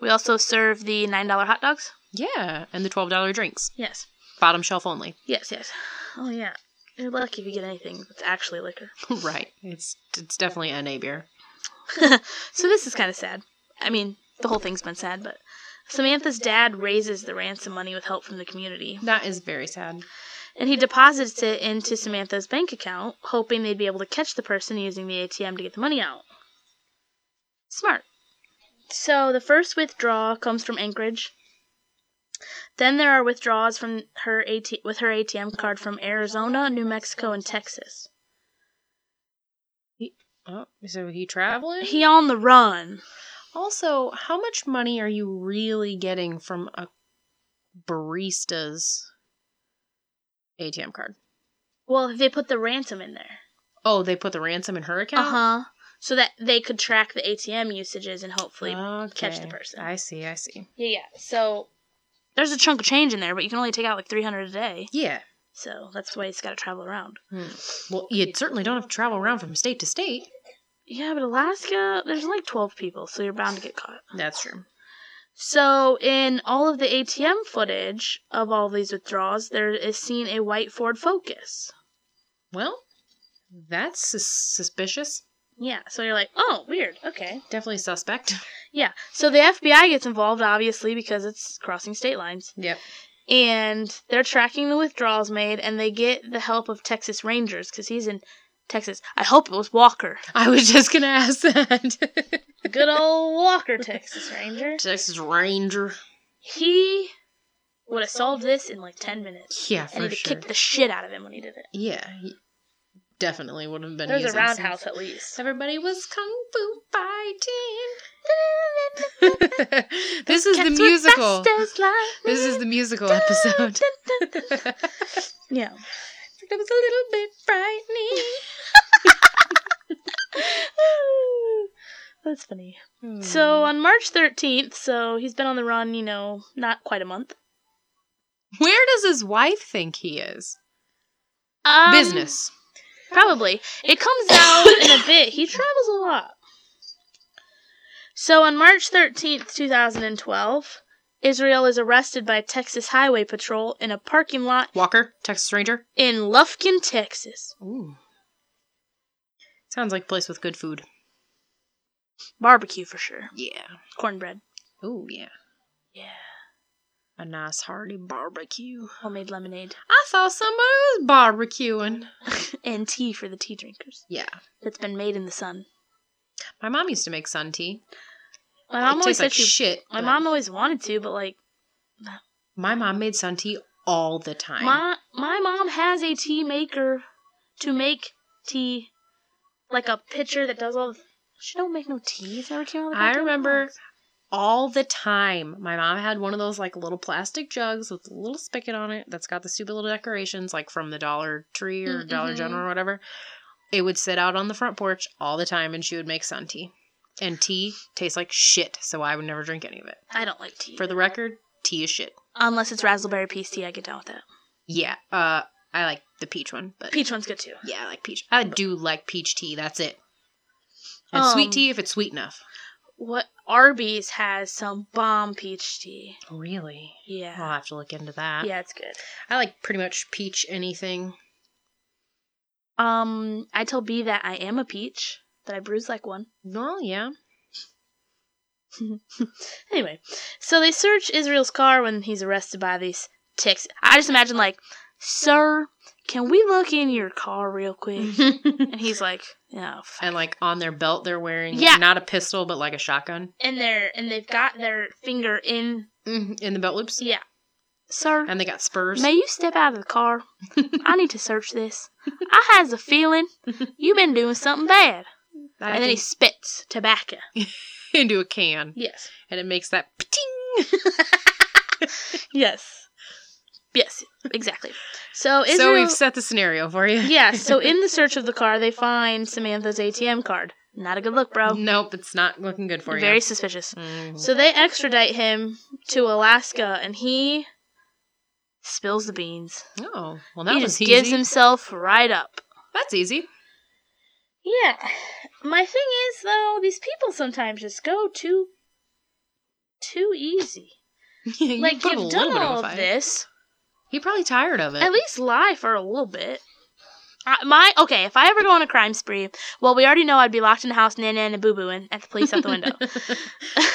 S2: we also serve the nine dollar hot dogs.
S3: Yeah, and the $12 drinks.
S2: Yes.
S3: Bottom shelf only.
S2: Yes, yes. Oh yeah. You're lucky if you get anything that's actually liquor.
S3: right. It's it's definitely NA beer.
S2: so this is kind of sad. I mean, the whole thing's been sad, but Samantha's dad raises the ransom money with help from the community,
S3: That is very sad.
S2: and he deposits it into Samantha's bank account, hoping they'd be able to catch the person using the ATM to get the money out. Smart. So the first withdrawal comes from Anchorage. Then there are withdrawals from her AT- with her ATM card from Arizona, New Mexico, and Texas.
S3: Oh, so he traveling?
S2: He on the run.
S3: also, how much money are you really getting from a barista's ATM card?
S2: Well, they put the ransom in there.
S3: Oh, they put the ransom in her
S2: Uh
S3: account.
S2: huh. So that they could track the ATM usages and hopefully.
S3: Uh-huh.
S2: catch the
S3: Okay.
S2: person.
S3: I see. I see.
S2: Yeah, yeah. So there's a chunk of change in there, but you can only take out like 300 a day.
S3: Yeah.
S2: So that's why it's got to travel around.
S3: Well, you certainly don't have to travel around from state to state.
S2: Yeah, but Alaska, there's like 12 people, so you're bound to get caught.
S3: That's true.
S2: So in all of the ATM footage of all these withdrawals, there is seen a white Ford Focus.
S3: Well, that's sus- suspicious.
S2: Yeah, so you're like, oh, weird. Okay.
S3: Definitely suspect.
S2: Yeah. So the FBI gets involved, obviously, because it's crossing state lines.
S3: Yep.
S2: And they're tracking the withdrawals made, and they get the help of Texas Rangers, because he's in Texas. I hope it was Walker.
S3: I was just gonna ask that.
S2: Good old Walker, Texas Ranger.
S3: Texas Ranger.
S2: He would have solved this in like 10 minutes.
S3: Yeah,
S2: And
S3: for
S2: he'd have
S3: sure.
S2: kicked the shit out of him when he did it.
S3: yeah, he definitely would have been.
S2: There's a
S3: using some-
S2: roundhouse at least.
S3: Everybody was kung fu fighting. this is the
S2: Cats with
S3: musical.
S2: fastest line.
S3: This is the musical episode.
S2: Yeah.
S3: That was a little bit frightening.
S2: That's funny.
S3: Hmm.
S2: So on March 13th, so he's been on the run, you know, not quite a month.
S3: where does his wife think he is?
S2: Um,
S3: Business.
S2: Probably. It comes out in a bit. He travels a lot. So on March 13th, 2012, Israel is arrested by Texas Highway Patrol in a parking lot
S3: Walker, Texas Ranger.
S2: in Lufkin, Texas.
S3: Ooh. Sounds like a place with good food.
S2: Barbecue for sure.
S3: Yeah.
S2: Cornbread.
S3: Ooh, yeah.
S2: Yeah.
S3: A nice hearty barbecue.
S2: Homemade lemonade.
S3: I saw somebody was barbecuing.
S2: And tea for the tea drinkers.
S3: Yeah.
S2: That's been made in the sun.
S3: My mom used to make sun tea.
S2: My mom
S3: it
S2: always
S3: tastes
S2: said
S3: like
S2: she
S3: shit.
S2: My
S3: but
S2: mom always wanted to, but like
S3: My mom made sun tea all the time.
S2: my my mom has a tea maker to make tea, like a pitcher that does all. The, she don't make no tea. It's never came out. Oh, Of the
S3: I
S2: goddamn
S3: remember
S2: box.
S3: all the time. My mom had one of those like little plastic jugs with a little spigot on it that's got the stupid little decorations like from the Dollar Tree or
S2: Mm,
S3: Dollar
S2: mhm.
S3: General or whatever. It would sit out on the front porch all the time and she would make sun tea. And tea tastes like shit, so I would never drink any of it.
S2: I don't like tea
S3: For the record, tea is shit.
S2: unless it's raspberry peach tea. I get down with that.
S3: Yeah, uh I like the peach one, but
S2: Peach one's good too.
S3: yeah, I like peach. I do like peach tea, that's it. And sweet
S2: Um,
S3: tea if it's sweet enough.
S2: What Arby's has some bomb peach tea.
S3: Really? I'll
S2: Yeah,
S3: have to look into that.
S2: yeah, it's good.
S3: I like pretty much peach anything.
S2: Um, I tell B that I am a peach. That I bruise like one.
S3: Well, yeah.
S2: Anyway, so they search Israel's car when he's arrested by these ticks. I just imagine like, sir, can we look in your car real quick?
S3: and
S2: and he's like, no. F-.
S3: like on their belt, they're wearing
S2: Yeah.
S3: not a pistol, but like a shotgun
S2: And they're and they've got their finger in.
S3: in the belt loops,
S2: Yeah, sir,
S3: and they got spurs.
S2: Mm-hmm. may you step out of the car? I need to search this. I has a feeling you've been doing something bad.
S3: I
S2: And then he
S3: think-
S2: spits tobacco.
S3: into a can,
S2: Yes.
S3: and it makes that pting.
S2: Yes. Yes. Exactly. So Israel.
S3: So we've set the scenario for you.
S2: yeah, so in the search of the car, they find Samantha's ATM card. Not a good look, bro.
S3: Nope, it's not looking good Mm, for
S2: Very
S3: you.
S2: suspicious.
S3: Mm.
S2: So they extradite him to Alaska, and he spills the beans.
S3: oh well, that
S2: he
S3: was
S2: just
S3: easy.
S2: gives himself right up.
S3: That's easy.
S2: Yeah. My thing is, though, these people sometimes just go too, too easy.
S3: You
S2: like,
S3: put up a
S2: you've
S3: little
S2: done
S3: bit a
S2: all of
S3: fight.
S2: this.
S3: He probably tired of it.
S2: At least lie for a little bit. I, my okay, if I ever go on a crime spree, well, we already know I'd be locked in the house, nan nan and boo booing at the police out the window.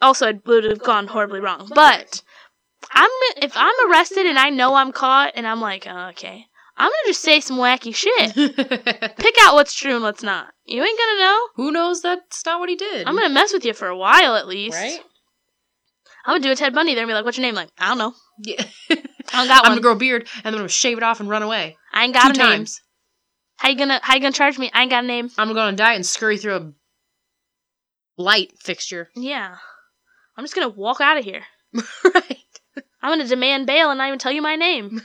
S2: also, it would have gone horribly wrong. But I'm if I'm arrested and I know I'm caught and I'm like, oh, okay, I'm gonna just say some wacky shit. Pick out what's true and what's not. You ain't gonna know.
S3: Who knows? That's not what he did.
S2: I'm gonna mess with you for a while at least.
S3: right.
S2: I'm gonna do a Ted Bundy there and be like, what's your name? Like, I don't know.
S3: Yeah.
S2: I don't got
S3: I'm
S2: one.
S3: gonna grow a beard and then I'm gonna shave it off and run away.
S2: I ain't got
S3: Two
S2: a name.
S3: times.
S2: How you gonna how you gonna charge me? I ain't got a name.
S3: I'm gonna die and scurry through a light fixture.
S2: Yeah. I'm just gonna walk out of here.
S3: right.
S2: I'm gonna demand bail and not even tell you my name.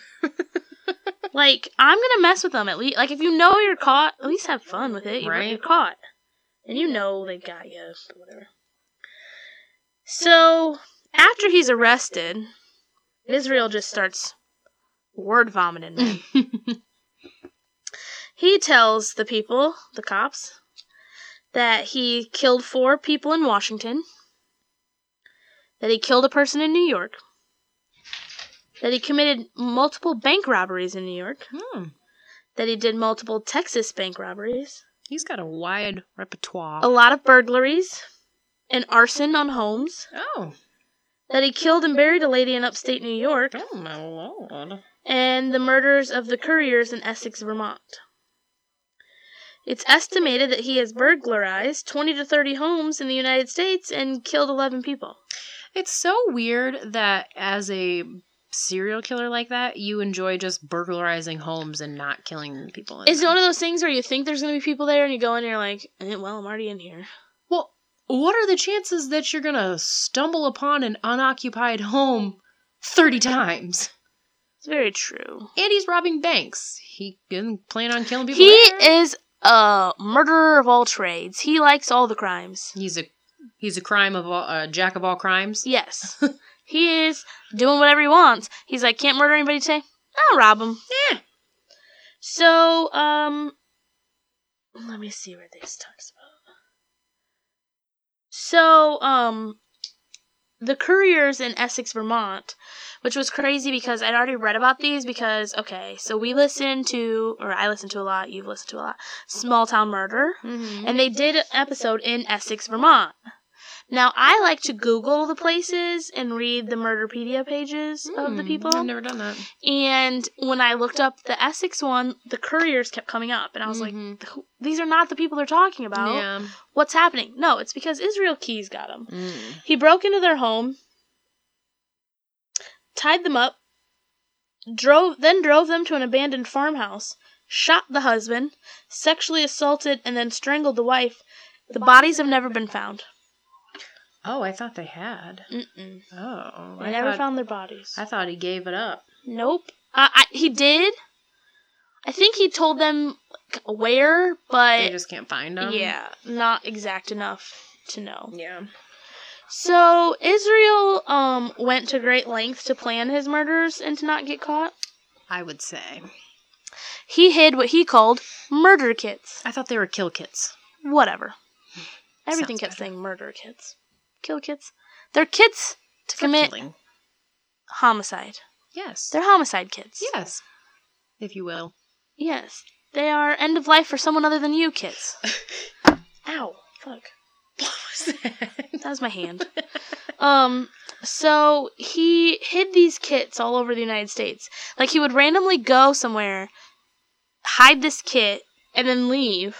S2: like, I'm gonna mess with them at least. Like, if you know you're caught, at least have fun with it. You're,
S3: Right.
S2: you're caught. And you know they got you, but whatever. So, after he's arrested, Israel just starts word vomiting. man. he tells the people, the cops, that he killed four people in Washington, that he killed a person in New York, that he committed multiple bank robberies in New York,
S3: Hmm.
S2: that he did multiple Texas bank robberies,
S3: He's got a wide repertoire.
S2: a lot of burglaries, and arson on homes,
S3: Oh,
S2: that he killed and buried a lady in upstate New York,
S3: oh my lord.
S2: and the murders of the couriers in Essex, Vermont. It's estimated that he has burglarized 20 to 30 homes in the United States and killed 11 people.
S3: It's so weird that as a serial killer like that, you enjoy just burglarizing homes and not killing people. in
S2: Is it
S3: them.
S2: one of those things where you think there's going to be people there and you go in and you're like, eh, well, I'm already in here.
S3: Well, what are the chances that you're gonna stumble upon an unoccupied home thirty times?
S2: It's very true.
S3: And he's robbing banks. He didn't plan on killing people.
S2: He
S3: there.
S2: is a murderer of all trades. He likes all the crimes.
S3: He's a he's a crime of all, uh, jack of all crimes.
S2: Yes. he is doing whatever he wants. He's like, can't murder anybody today? I'll rob him.
S3: Yeah.
S2: So, um, let me see where this talks about. So, um, the couriers in Essex, Vermont, which was crazy because I'd already read about these because, okay, so we listened to, or I listened to a lot, you've listened to a lot, Small Town Murder
S3: Mm-hmm.
S2: and they did an episode in Essex, Vermont. Now, I like to Google the places and read the Murderpedia pages of
S3: Hmm.
S2: the people.
S3: Mm-hmm. I've never done that.
S2: And when I looked up the Essex one, the couriers kept coming up. And I was
S3: Mhm.
S2: like, "Who- these are not the people they're talking about.
S3: Yeah.
S2: What's happening? No, it's because Israel Keys got them.
S3: Mm.
S2: He broke into their home, tied them up, drove then drove them to an abandoned farmhouse, shot the husband, sexually assaulted and then strangled the wife. The bodies have never been found.
S3: Oh, I thought they had.
S2: Mm-mm.
S3: Oh,
S2: They
S3: I
S2: never
S3: thought,
S2: found their bodies.
S3: I thought he gave it up.
S2: Nope. Uh, I, he did. I think he told them like, where,
S3: they
S2: but
S3: just can't find him.
S2: yeah, not exact enough to know.
S3: Yeah.
S2: So Israel um went to great lengths to plan his murders and to not get caught.
S3: I would say.
S2: He hid what he called murder kits.
S3: I thought they were kill kits.
S2: Whatever. Everything
S3: Sounds
S2: kept
S3: better.
S2: saying murder kits. Kill kits. They're kits to
S3: For
S2: commit
S3: killing.
S2: homicide.
S3: Yes.
S2: They're homicide kits.
S3: yes. If you will.
S2: Yes. They are end of life for someone other than you kits. Ow. Fuck.
S3: What was that?
S2: That was my hand. um, so he hid these kits all over the United States. Like he would randomly go somewhere, hide this kit, and then leave.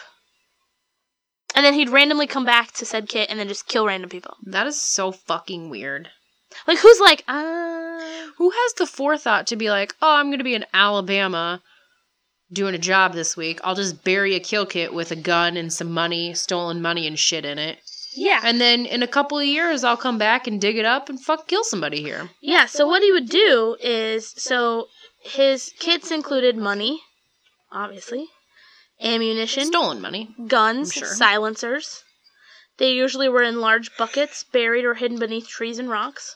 S2: And then he'd randomly come back to said kit and then just kill random people.
S3: That is so fucking weird.
S2: Like who's like, uh
S3: Who has the forethought to be like, oh, I'm going to be in Alabama doing a job this week. I'll just bury a kill kit with a gun and some money, stolen money and shit in it.
S2: yeah.
S3: And then in a couple of years, I'll come back and dig it up and fuck kill somebody here.
S2: Yeah, so what he would do is so his kits included money, obviously, ammunition,
S3: Stolen money.
S2: guns,
S3: I'm sure.
S2: silencers. They usually were in large buckets, buried or hidden beneath trees and rocks.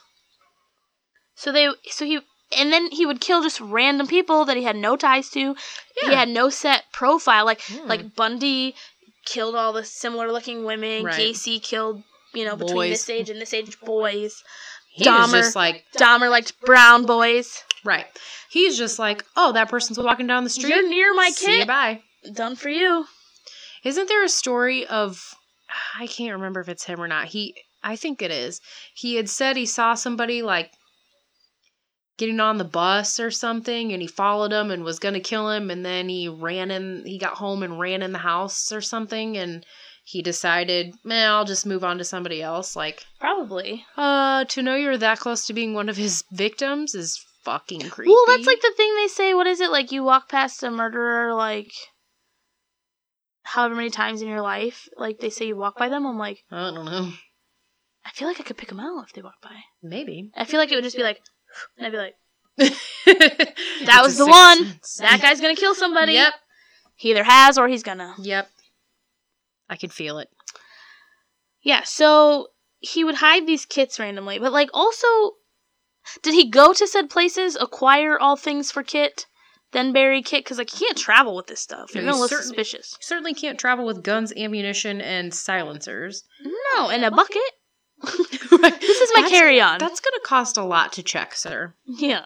S2: So they, so he, and then he would kill just random people that he had no ties to. He
S3: Yeah.
S2: had no set profile, like
S3: Hmm.
S2: like Bundy killed all the similar looking women.
S3: Right.
S2: Gacy killed, you know, between
S3: Boys.
S2: this age and this age boys.
S3: He was
S2: Dahmer.
S3: just like,
S2: Dahmer liked brown boys.
S3: right. He's just like, oh, that person's walking down the street.
S2: You're near my
S3: See you,
S2: kid.
S3: bye.
S2: Done for you.
S3: Isn't there a story of I can't remember if it's him or not. He I think it is. He had said he saw somebody like getting on the bus or something and he followed him and was going to kill him and then he ran in he got home and ran in the house or something and he decided, "Man, I'll just move on to somebody else." Like,
S2: Probably.
S3: uh, to know you're that close to being one of his victims is fucking creepy.
S2: Well, that's like the thing they say. What is it? Like you walk past a murderer, like however many times in your life, like they say you walk by them. I'm like,
S3: I don't know.
S2: I feel like I could pick them out if they walk by.
S3: Maybe.
S2: I feel like it would just be like, and I'd be like,
S3: that
S2: was the one. that guy's gonna kill somebody.
S3: Yep.
S2: He either has or he's gonna.
S3: Yep. I could feel it.
S2: Yeah. So he would hide these kits randomly, but like also, did he go to said places, acquire all things for kit, then bury kit? Because like you can't travel with this stuff. You're
S3: No, you
S2: gonna look
S3: certainly-
S2: suspicious.
S3: You certainly can't travel with guns, ammunition, and silencers.
S2: No, in a bucket.
S3: right.
S2: This is my
S3: That's-
S2: carry-on.
S3: That's going to cost a lot to check, sir.
S2: Yeah.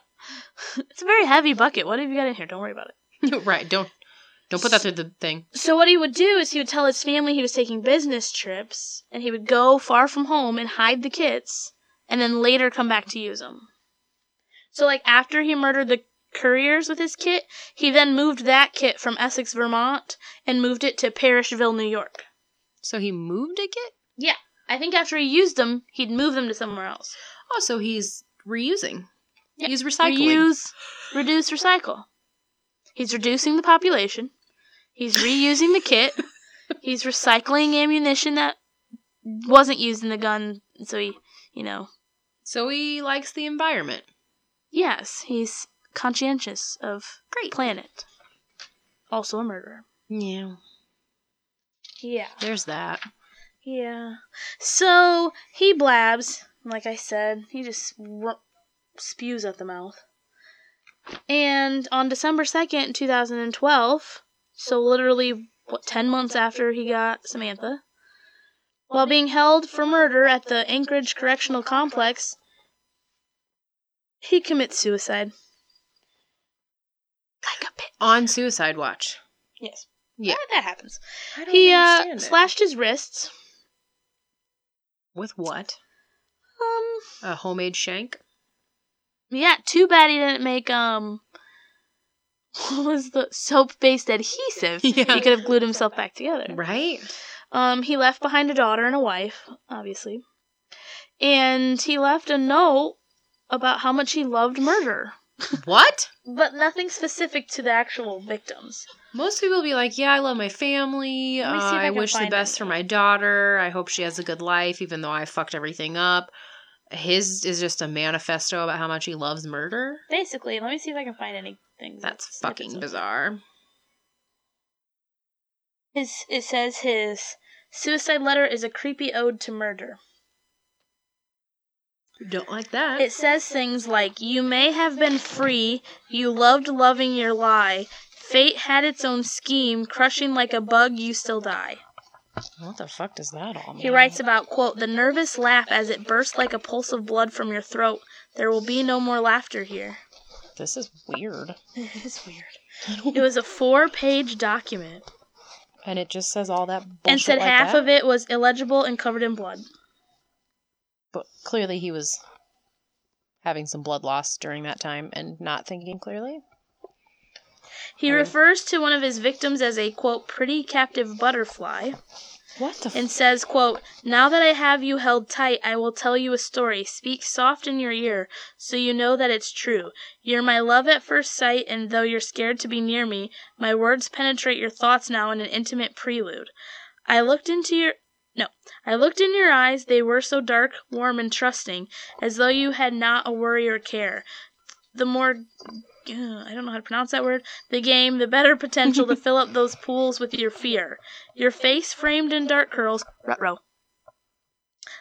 S2: It's a very heavy bucket. What have you got in here? Don't worry about it.
S3: right. Don't Don't put that through the thing.
S2: So what he would do is he would tell his family he was taking business trips, and he would go far from home and hide the kits, and then later come back to use them. So like after he murdered the couriers with his kit, he then moved that kit from Essex, Vermont, and moved it to Parrishville, New York.
S3: So he moved a kit?
S2: I think after he used them, he'd move them to somewhere else.
S3: Oh, so he's reusing.
S2: Yeah.
S3: He's recycling.
S2: Reuse, reduce, recycle. He's reducing the population. He's reusing the kit. He's recycling ammunition that wasn't used in the gun. So he, you know,
S3: So he likes the environment.
S2: yes, he's conscientious of
S3: Great.
S2: planet. Also a murderer.
S3: Yeah,
S2: Yeah.
S3: there's that.
S2: Yeah. So he blabs, like I said, he just r- spews at the mouth. And on December 2nd, 2012, so literally, what, 10 months after he got Samantha, while being held for murder at the Anchorage Correctional Complex, he commits suicide. Like a bitch.
S3: On suicide watch.
S2: Yes.
S3: Yeah.
S2: That happens.
S3: I don't
S2: He uh,
S3: understand it.
S2: slashed his wrists.
S3: with what?
S2: Um,
S3: A homemade shank?
S2: Yeah, too bad he didn't make um what was the soap based adhesive.
S3: Yeah.
S2: He could have glued himself back together.
S3: Right?
S2: Um he left behind a daughter and a wife, obviously. And he left a note about how much he loved murder.
S3: what?
S2: But nothing specific to the actual victims.
S3: Most people will be like, "Yeah, I love my family.
S2: Let
S3: Uh,
S2: me see if I
S3: I,
S2: can
S3: wish the
S2: find
S3: best for my daughter. I hope she has a good life, even though I fucked everything up." His is just a manifesto about how much he loves murder.
S2: Basically, let me see if I can find anything.
S3: That's
S2: snippets
S3: fucking
S2: of-
S3: bizarre.
S2: His it says his suicide letter is a creepy ode to murder.
S3: Don't like that.
S2: It says things like, You may have been free, you loved loving your lie. Fate had its own scheme, crushing like a bug, you still die.
S3: what the fuck does that all mean?
S2: He writes about, quote, the nervous laugh as it bursts like a pulse of blood from your throat. There will be no more laughter here.
S3: This is weird.
S2: It is weird. It was a four page document
S3: And it just says all that bullshit
S2: and said
S3: like
S2: half
S3: that.
S2: of it was illegible and covered in blood.
S3: But clearly he was having some blood loss during that time and not thinking clearly.
S2: He
S3: Oh.
S2: refers to one of his victims as a, quote, pretty captive butterfly.
S3: What the
S2: and says, quote, Now that I have you held tight, I will tell you a story. Speak soft in your ear, so you know that it's true. You're my love at first sight, and though you're scared to be near me, my words penetrate your thoughts now in an intimate prelude. I looked into your no, I looked in your eyes, they were so dark, warm, and trusting, as though you had not a worry or care. The more Ugh, I don't know how to pronounce that word, the game, the better potential to fill up those pools with your fear. Your face framed in dark curls, ruh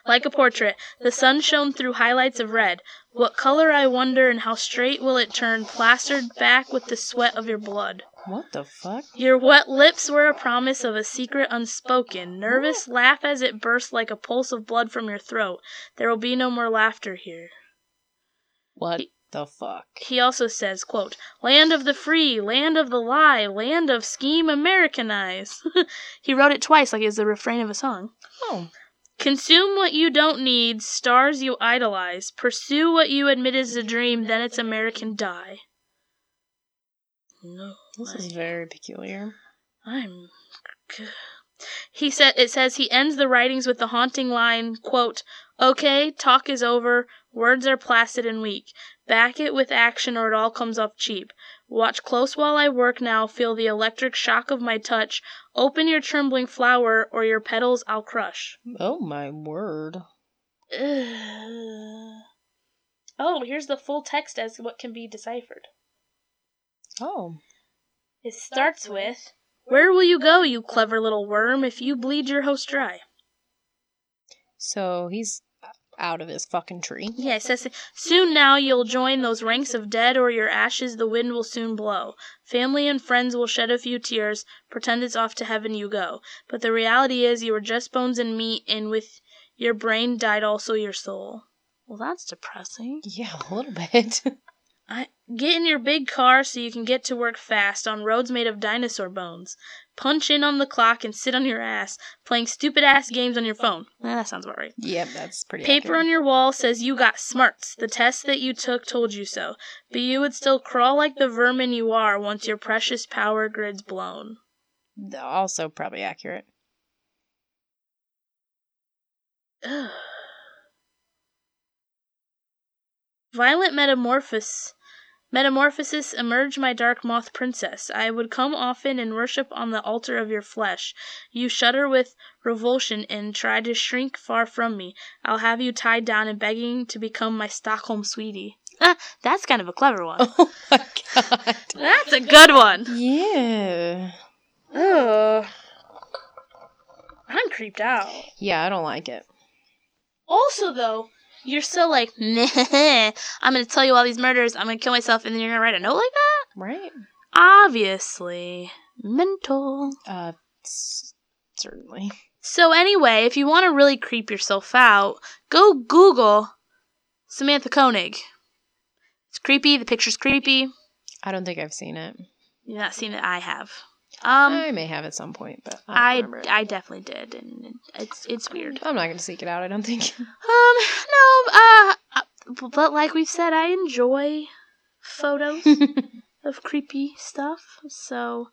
S2: like a portrait, the sun shone through highlights of red. What color, I wonder, and how straight will it turn, plastered back with the sweat of your blood?
S3: What the fuck?
S2: Your wet lips were a promise of a secret unspoken. Nervous laugh as it burst like a pulse of blood from your throat. There will be no more laughter here.
S3: What the fuck?
S2: He also says, quote, Land of the free, land of the lie, land of scheme Americanize. he wrote it twice like it's the refrain of a song.
S3: Oh.
S2: Consume what you don't need, stars you idolize. Pursue what you admit is a dream, then it's American die. No.
S3: This is
S2: way.
S3: very peculiar.
S2: I'm. g- He said it says he ends the writings with the haunting line, quote, "Okay, talk is over. Words are placid and weak. Back it with action or it all comes up cheap. Watch close while I work now, feel the electric shock of my touch. Open your trembling flower or your petals I'll crush."
S3: Oh my word.
S2: Ugh. Oh, here's the full text as what can be deciphered.
S3: Oh.
S2: It starts with, "Where will you go, you clever little worm, if you bleed your host dry?"
S3: So he's out of his fucking tree.
S2: Yeah, it says soon now you'll join those ranks of dead, or your ashes the wind will soon blow. Family and friends will shed a few tears, pretend it's off to heaven you go. But the reality is you were just bones and meat, and with your brain died also your soul. Well, that's depressing.
S3: Yeah, a little bit.
S2: I, get in your big car so you can get to work fast on roads made of dinosaur bones. Punch in on the clock and sit on your ass playing stupid ass games on your phone. Eh, that sounds about right.
S3: Yep, that's pretty.
S2: Paper on your wall says you got smarts. The test that you took told you so. But you would still crawl like the vermin you are once your precious power grid's blown.
S3: on also probably accurate.
S2: Violent metamorphosis. Metamorphosis, emerge, my dark moth princess. I would come often and worship on the altar of your flesh. You shudder with revulsion and try to shrink far from me. I'll have you tied down and begging to become my Stockholm sweetie. Ah, that's kind of a clever one.
S3: Oh my god.
S2: That's a good one.
S3: yeah.
S2: Oh, I'm creeped out.
S3: Yeah, I don't like it.
S2: Also, though, you're so like, I'm gonna tell you all these murders. I'm gonna kill myself, and then you're gonna write a note like that.
S3: Right?
S2: Obviously, mental.
S3: Uh, s- certainly.
S2: So anyway, if you want to really creep yourself out, go Google Samantha Koenig. It's creepy. The picture's creepy.
S3: I don't think I've seen it.
S2: You've not seen it. I have. Um,
S3: I may have at some point, but I
S2: I
S3: don't remember.
S2: I definitely did, and it's it's weird.
S3: I'm not going to seek it out. I don't think.
S2: Um, no, uh, uh, but like we've said, I enjoy photos of creepy stuff, so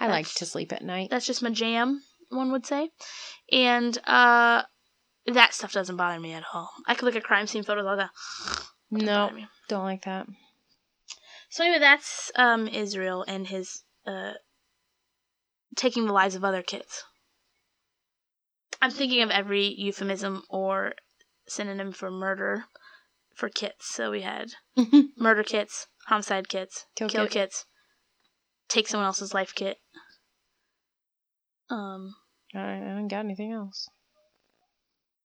S3: I like to sleep at night.
S2: that's just my jam, one would say. And, uh, that stuff doesn't bother me at all. I could look at crime scene photos all that.
S3: No, don't like that.
S2: So anyway, that's um Israel and his uh taking the lives of other kids. I'm thinking of every euphemism or synonym for murder for kits. So we had murder kits, homicide kits,
S3: Kill
S2: kill,
S3: kit.
S2: kits, take someone else's life kit. Um,
S3: I, I don't got anything else.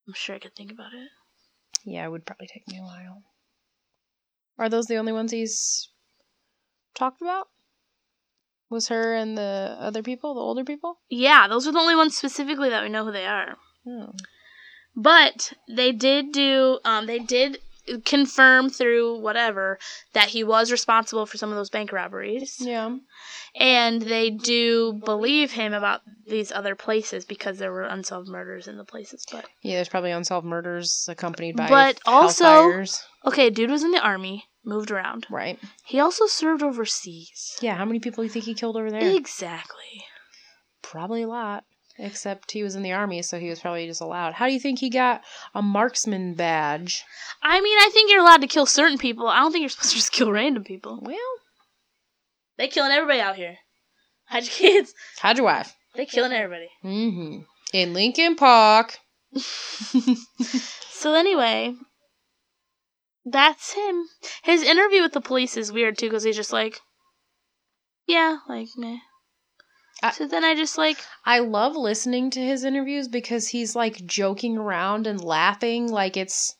S2: I'm sure I could think about it.
S3: Yeah, it would probably take me a while. Are those the only ones he's talked about? Was her and the other people, the older people?
S2: Yeah, those are the only ones specifically that we know who they are.
S3: Oh.
S2: But they did do, um, they did confirm through whatever that he was responsible for some of those bank robberies.
S3: Yeah.
S2: And they do believe him about these other places because there were unsolved murders in the places. But
S3: Yeah, there's probably unsolved murders accompanied by
S2: But also-
S3: hellfires.
S2: okay, dude was in the army, moved around.
S3: right.
S2: He also served overseas.
S3: Yeah, how many people do you think he killed over there?
S2: Exactly.
S3: Probably a lot. Except he was in the army, so he was probably just allowed. How do you think he got a marksman badge?
S2: I mean, I think you're allowed to kill certain people. I don't think you're supposed to just kill random people.
S3: Well,
S2: They killing everybody out here. Hide your kids.
S3: how'd your wife?
S2: They killing everybody.
S3: Mm-hmm. In Lincoln Park.
S2: So anyway, that's him. His interview with the police is weird too, because he's just like, yeah, like meh.
S3: I-
S2: so then I just like,
S3: I love listening to his interviews because he's like joking around and laughing. Like it's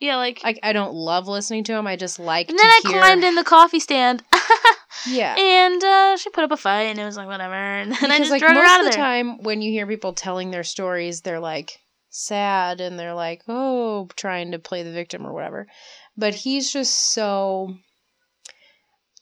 S2: yeah, like.
S3: like I don't love listening to him. I just like.
S2: and
S3: to
S2: then I
S3: hear-
S2: climbed in the coffee stand,
S3: Yeah.
S2: and uh, she put up a fight, and it was like whatever. And then
S3: because
S2: I just
S3: like
S2: drug her
S3: most
S2: out
S3: of
S2: of
S3: the
S2: there.
S3: time when you hear people telling their stories, they're like sad and they're like oh trying to play the victim or whatever. But he's just so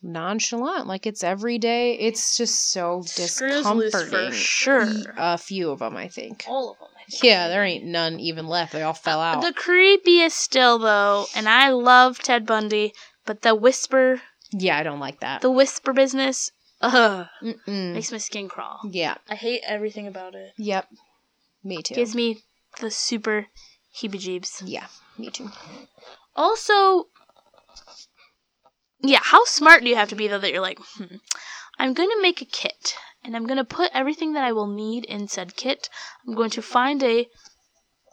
S3: nonchalant. Like it's every day. It's just so
S2: Screws loose for
S3: discomforting.
S2: sure.
S3: A few of them, I think.
S2: All of them. I think.
S3: Yeah, there ain't none even left. They all fell out.
S2: Uh, The creepiest still though, and I love Ted Bundy, but the whisper,
S3: Yeah, I don't like that.
S2: the Mm. whisper business, ugh,
S3: Mm-mm.
S2: makes my skin crawl.
S3: Yeah.
S2: I hate everything about it.
S3: Yep. Me too.
S2: Gives me the super heebie jeebs.
S3: yeah, me too.
S2: Also, yeah, how smart do you have to be, though, that you're like, hmm, I'm going to make a kit, and I'm going to put everything that I will need in said kit. I'm going to find a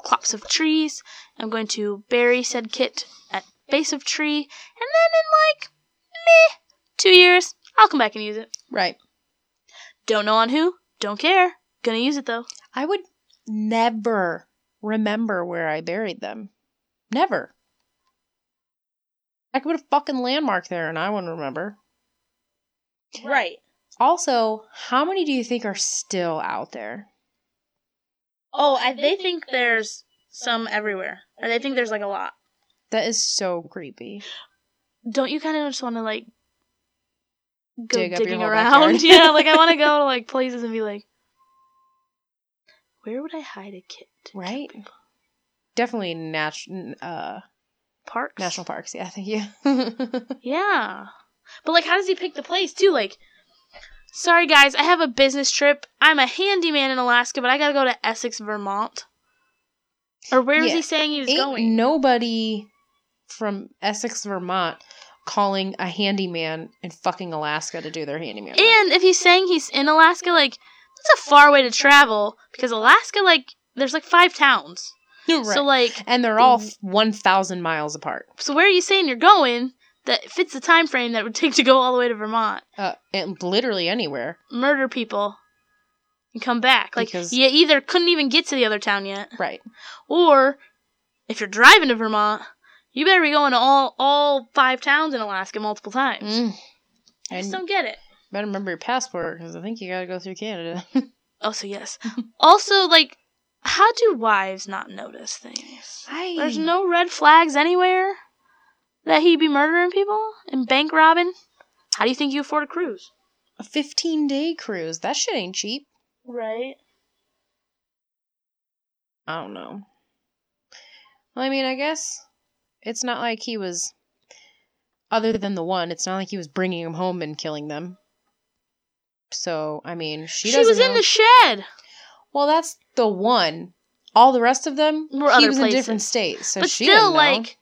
S2: clops of trees. I'm going to bury said kit at base of tree, and then in like, meh, two years, I'll come back and use it.
S3: Right.
S2: Don't know on who, don't care. Gonna use it, though.
S3: I would never remember where I buried them. Never. I could put a fucking landmark there and I wouldn't remember.
S2: Right.
S3: Also, how many do you think are still out there?
S2: Oh, I, they think there's some everywhere, or they think there's like a lot.
S3: That is so creepy.
S2: don't you kind of just want to like go
S3: Dig up your
S2: digging
S3: whole
S2: around?
S3: backyard.
S2: yeah, like I want to go to like places and be like, where would I hide a kid?
S3: Right? Definitely nat- n- uh,
S2: Parks.
S3: national parks. Yeah, thank you.
S2: Yeah. But like how does he pick the place too? Like Sorry guys, I have a business trip. I'm a handyman in Alaska, but I gotta go to Essex, Vermont. Or where is
S3: Yeah.
S2: he saying he was
S3: Ain't
S2: going?
S3: nobody from Essex, Vermont, calling a handyman in fucking Alaska to do their handyman. work.
S2: And if he's saying he's in Alaska, like that's a far way to travel because Alaska, like there's like five towns.
S3: Right.
S2: So like,
S3: and they're all one thousand miles apart.
S2: so where are you saying you're going that fits the time frame that would take to go all the way to Vermont,
S3: Uh, and literally anywhere.
S2: murder people, and come back? Like
S3: Because-
S2: you either couldn't even get to the other town yet,
S3: Right.
S2: or if you're driving to Vermont, you better be going to all all five towns in Alaska multiple times.
S3: Mm.
S2: I
S3: And
S2: just don't get it.
S3: better remember your passport because I think you got to go through Canada.
S2: Also, yes. also, like, how do wives not notice things?
S3: I,
S2: There's no red flags anywhere that he'd be murdering people and bank robbing. How do you think you afford a cruise?
S3: a fifteen day cruise. That shit ain't cheap.
S2: Right.
S3: I don't know. Well, I mean, I guess it's not like he was. Other than the one, it's not like he was bringing them home and killing them. So I mean, she,
S2: She,
S3: doesn't
S2: was in
S3: know-
S2: the shed,
S3: well, that's the one. All the rest of them,
S2: Were
S3: he
S2: other
S3: was in different
S2: places.
S3: states, so
S2: but
S3: she
S2: still,
S3: didn't know.
S2: like,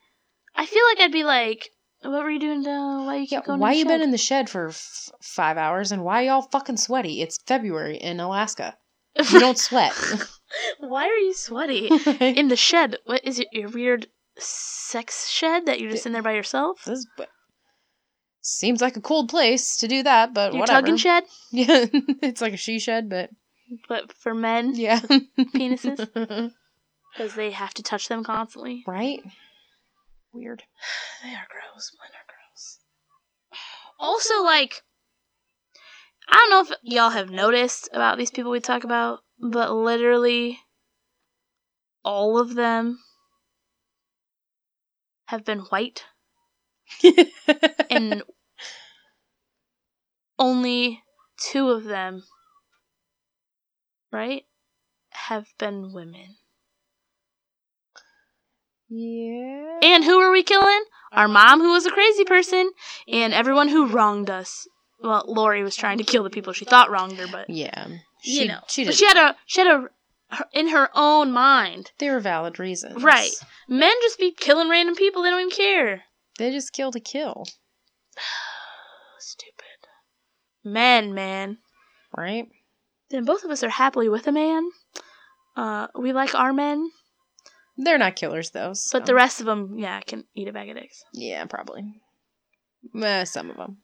S2: I feel like I'd be like, "What were you doing? Down? Why you keep
S3: Yeah,
S2: going?
S3: why
S2: to the
S3: you
S2: shed?
S3: been in the shed for f- five hours, and why y'all fucking sweaty? It's February in Alaska. You don't sweat.
S2: why are you sweaty in the shed? What is it? Your weird sex shed that you're just in there by yourself?
S3: This seems like a cold place to do that, but
S2: Your
S3: whatever.
S2: tugging shed,
S3: Yeah, it's like a she shed, but
S2: but for men
S3: yeah,
S2: penises because they have to touch them constantly.
S3: right. Weird.
S2: They are gross. Men are gross. Also, like, I don't know if y'all have noticed about these people we talk about, but literally all of them have been white and only two of them, right, have been women.
S3: yeah.
S2: And who are we killing? Our mom, who was a crazy person, and everyone who wronged us. Well, Lori was trying to kill the people she thought wronged her, but
S3: yeah.
S2: you know,
S3: She
S2: but
S3: did.
S2: she had a she had a her, in her own mind.
S3: they were valid reasons.
S2: Right. Men just be killing random people; they don't even care.
S3: They just kill to kill.
S2: Stupid men, man.
S3: Right.
S2: Then both of us are happily with a man. Uh, we like our men,
S3: They're not killers though. so-
S2: but the rest of them, yeah, can eat a bag of dicks.
S3: Yeah, probably. Uh, some of them.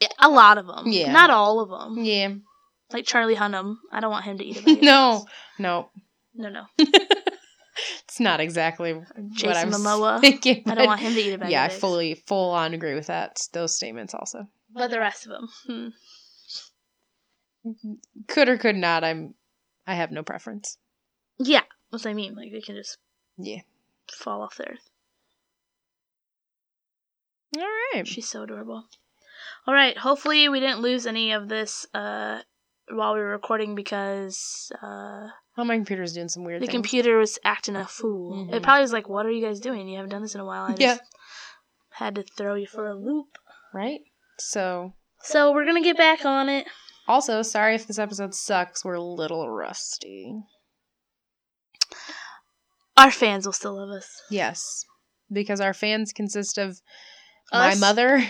S2: Yeah, A lot of them,
S3: Yeah.
S2: not all of them.
S3: Yeah.
S2: Like Charlie Hunnam, I don't want him to eat a bag. Of
S3: no. No.
S2: dicks. no, no.
S3: It's not exactly what
S2: Jason
S3: I'm
S2: Momoa.
S3: thinking.
S2: I
S3: but-
S2: don't want him to eat a bag
S3: Yeah, I
S2: of dicks.
S3: fully, full on agree with that. Those statements also.
S2: But the rest of them. Hmm.
S3: Could or could not. I'm. I have no preference.
S2: Yeah, that's what I mean. Like, they can just
S3: Yeah.
S2: fall off the earth.
S3: All right.
S2: She's so adorable. All right, hopefully we didn't lose any of this uh, while we were recording because uh,
S3: Oh, my computer's doing some weird
S2: the
S3: things.
S2: computer was acting a fool. It
S3: Mhm.
S2: probably was like, what are you guys doing? You haven't done this in a while. I just
S3: Yeah.
S2: had to throw you for a loop.
S3: right. So,
S2: So we're going to get back on it.
S3: also, sorry if this episode sucks. We're a little rusty.
S2: Our fans will still love us.
S3: Yes, because our fans consist of my
S2: Us,
S3: mother.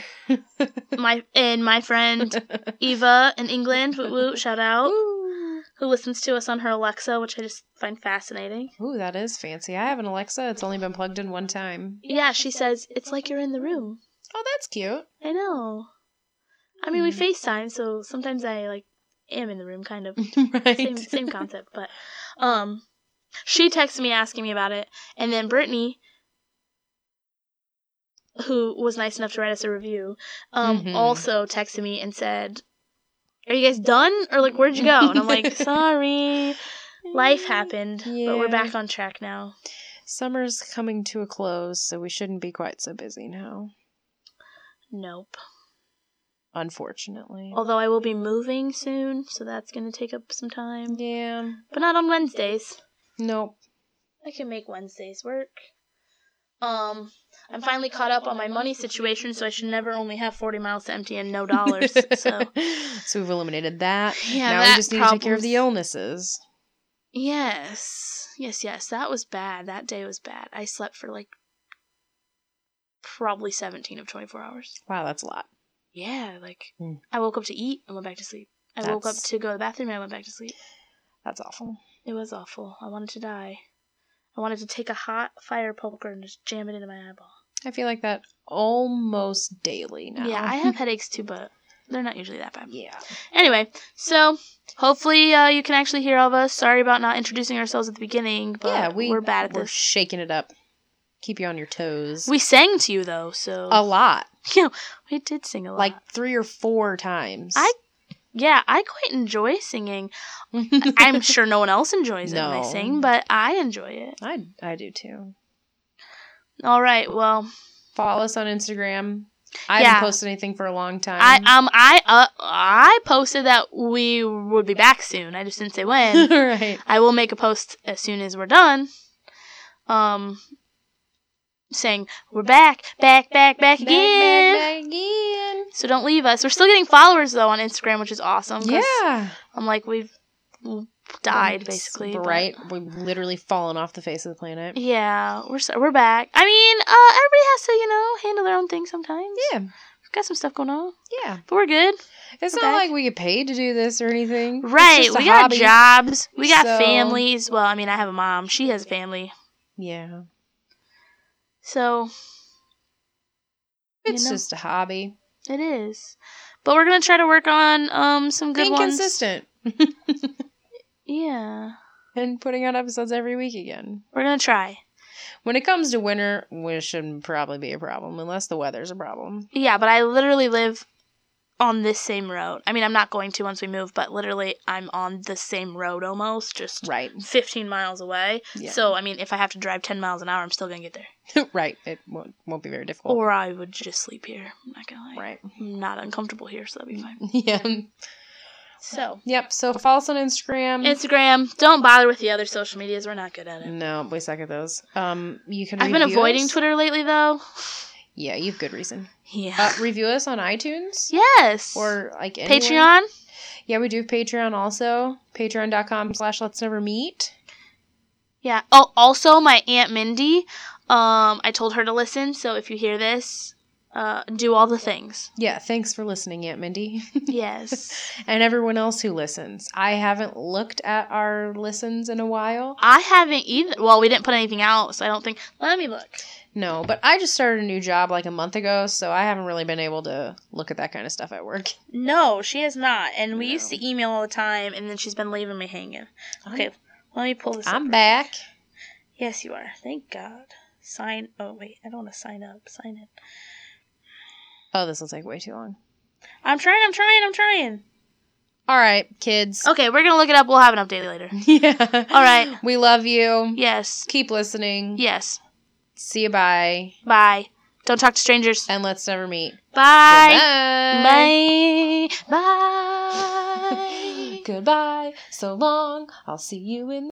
S2: my and my friend Eva in England. Woo, woo, shout out.
S3: Ooh.
S2: who listens to us on her Alexa, which I just find fascinating.
S3: Ooh, that is fancy. I have an Alexa. It's only been plugged in one time.
S2: Yeah, she says, it's like you're in the room.
S3: Oh, that's cute.
S2: I know. I mean, we
S3: Hmm.
S2: FaceTime, so sometimes I, like, am in the room, kind of.
S3: right.
S2: Same, same concept, but, um, she texted me asking me about it, and then Brittany, who was nice enough to write us a review, um,
S3: Mhm.
S2: also texted me and said, are you guys done? Or, like, where'd you go? And I'm like, sorry, life happened, but we're
S3: Yeah.
S2: back on track now.
S3: Summer's coming to a close, so we shouldn't be quite so busy now.
S2: Nope.
S3: Unfortunately.
S2: Although I will be moving soon, so that's going to take up some time.
S3: Yeah.
S2: But not on Wednesdays.
S3: Nope.
S2: I can make Wednesdays work. Um, I'm finally caught up on my money situation, so I should never only have 40 miles to empty and no dollars. so,
S3: So we've eliminated that.
S2: Yeah,
S3: now
S2: that
S3: we just need to take care of the illnesses.
S2: yes. Yes, yes. That was bad. That day was bad. I slept for like probably 17 of 24 hours.
S3: Wow, that's a lot.
S2: Yeah, like
S3: Hmm.
S2: I woke up to eat and went back to sleep. I woke up
S3: That's-
S2: to go to the bathroom and I went back to sleep.
S3: That's awful.
S2: It was awful. I wanted to die. I wanted to take a hot fire poker and just jam it into my eyeball.
S3: I feel like that almost daily now.
S2: Yeah, I have headaches too, but they're not usually that bad.
S3: yeah.
S2: Anyway, so hopefully uh, you can actually hear all of us. Sorry about not introducing ourselves at the beginning, but
S3: yeah, we,
S2: we, are bad at
S3: we're
S2: this.
S3: shaking it up. Keep you on your toes.
S2: we sang to you though, so
S3: a lot.
S2: we did sing a lot.
S3: Oh. Like three or four times.
S2: I- yeah, I quite enjoy singing. I'm sure no one else enjoys it when I
S3: No.
S2: sing, but I enjoy it.
S3: I I do too.
S2: All right, well,
S3: Follow us on Instagram. I
S2: Yeah.
S3: haven't posted anything for a long time.
S2: I um I uh I posted that we would be back soon. I just didn't say when.
S3: right.
S2: I will make a post as soon as we're done. Um saying we're back, back, back, back
S3: Back,
S2: again.
S3: back, back again.
S2: So don't leave us. We're still getting followers though on Instagram, which is awesome. 'cause
S3: Yeah.
S2: I'm like we've died
S3: It's
S2: basically. but-
S3: Right. We've literally fallen off the face of the planet.
S2: Yeah, we're so, we're back. I mean, uh, everybody has to you know handle their own thing sometimes.
S3: Yeah.
S2: We've got some stuff going on,
S3: Yeah.
S2: but we're good.
S3: It's
S2: We're
S3: not
S2: back.
S3: like we get paid to do this or anything. It's
S2: Right.
S3: just a
S2: We got
S3: hobby.
S2: jobs. We got
S3: So-
S2: families. Well, I mean, I have a mom. She has a family.
S3: Yeah.
S2: So You
S3: It's
S2: know.
S3: just a hobby.
S2: it is. But we're gonna try to work on um some good
S3: Being
S2: ones.
S3: consistent
S2: Yeah,
S3: and putting out episodes every week again.
S2: we're gonna try.
S3: When it comes to winter, which shouldn't probably be a problem unless the weather's a problem.
S2: Yeah, but I literally live on this same road. I mean, I'm not going to once we move, but literally, I'm on the same road almost, just
S3: Right.
S2: 15 miles away.
S3: Yeah.
S2: So I mean, if I have to drive 10 miles an hour, I'm still gonna get there.
S3: right. It won't, won't be very difficult.
S2: Or I would just sleep here. I'm not gonna lie.
S3: right. Mm.
S2: I'm not uncomfortable here, so that'd be fine.
S3: Yeah.
S2: So.
S3: Yep. So follow us on
S2: Mm-hmm.
S3: Instagram.
S2: Instagram. Don't bother with the other social medias. We're not good at it.
S3: no, we suck at those. Um, you can.
S2: I've been
S3: review
S2: avoiding
S3: us.
S2: Twitter lately, though.
S3: Yeah, you've good reason.
S2: Yeah.
S3: Uh, review us on iTunes
S2: yes.
S3: or like anywhere.
S2: Patreon.
S3: Yeah, we do Patreon also. Patreon.com/slash Let's Never Meet.
S2: Yeah. Oh, also my aunt Mindy. Um, I told her to listen. So if you hear this, uh, do all the things.
S3: Yeah, thanks for listening, Aunt Mindy,
S2: Yes.
S3: and everyone else who listens. I haven't looked at our listens in a while.
S2: I haven't either. Well, we didn't put anything out, so I don't think. Let me look.
S3: No, but I just started a new job like a month ago, so I haven't really been able to look at that kind of stuff at work.
S2: No, she has not. And we
S3: No.
S2: used to email all the time, and then she's been leaving me hanging. Okay, let me pull this. up.
S3: I'm back.
S2: Yes, you are. Thank God. Sign. Oh wait, I don't want to sign up. Sign in.
S3: Oh, this will take way too long.
S2: I'm trying. I'm trying. I'm trying.
S3: All right, kids.
S2: Okay, we're gonna look it up. We'll have an update later.
S3: Yeah.
S2: All right.
S3: We love you.
S2: Yes.
S3: Keep listening.
S2: Yes.
S3: See you. Bye.
S2: Bye. Don't talk to strangers.
S3: And let's never meet.
S2: Bye.
S3: Goodbye.
S2: Bye. Bye.
S3: Goodbye. So long. I'll see you in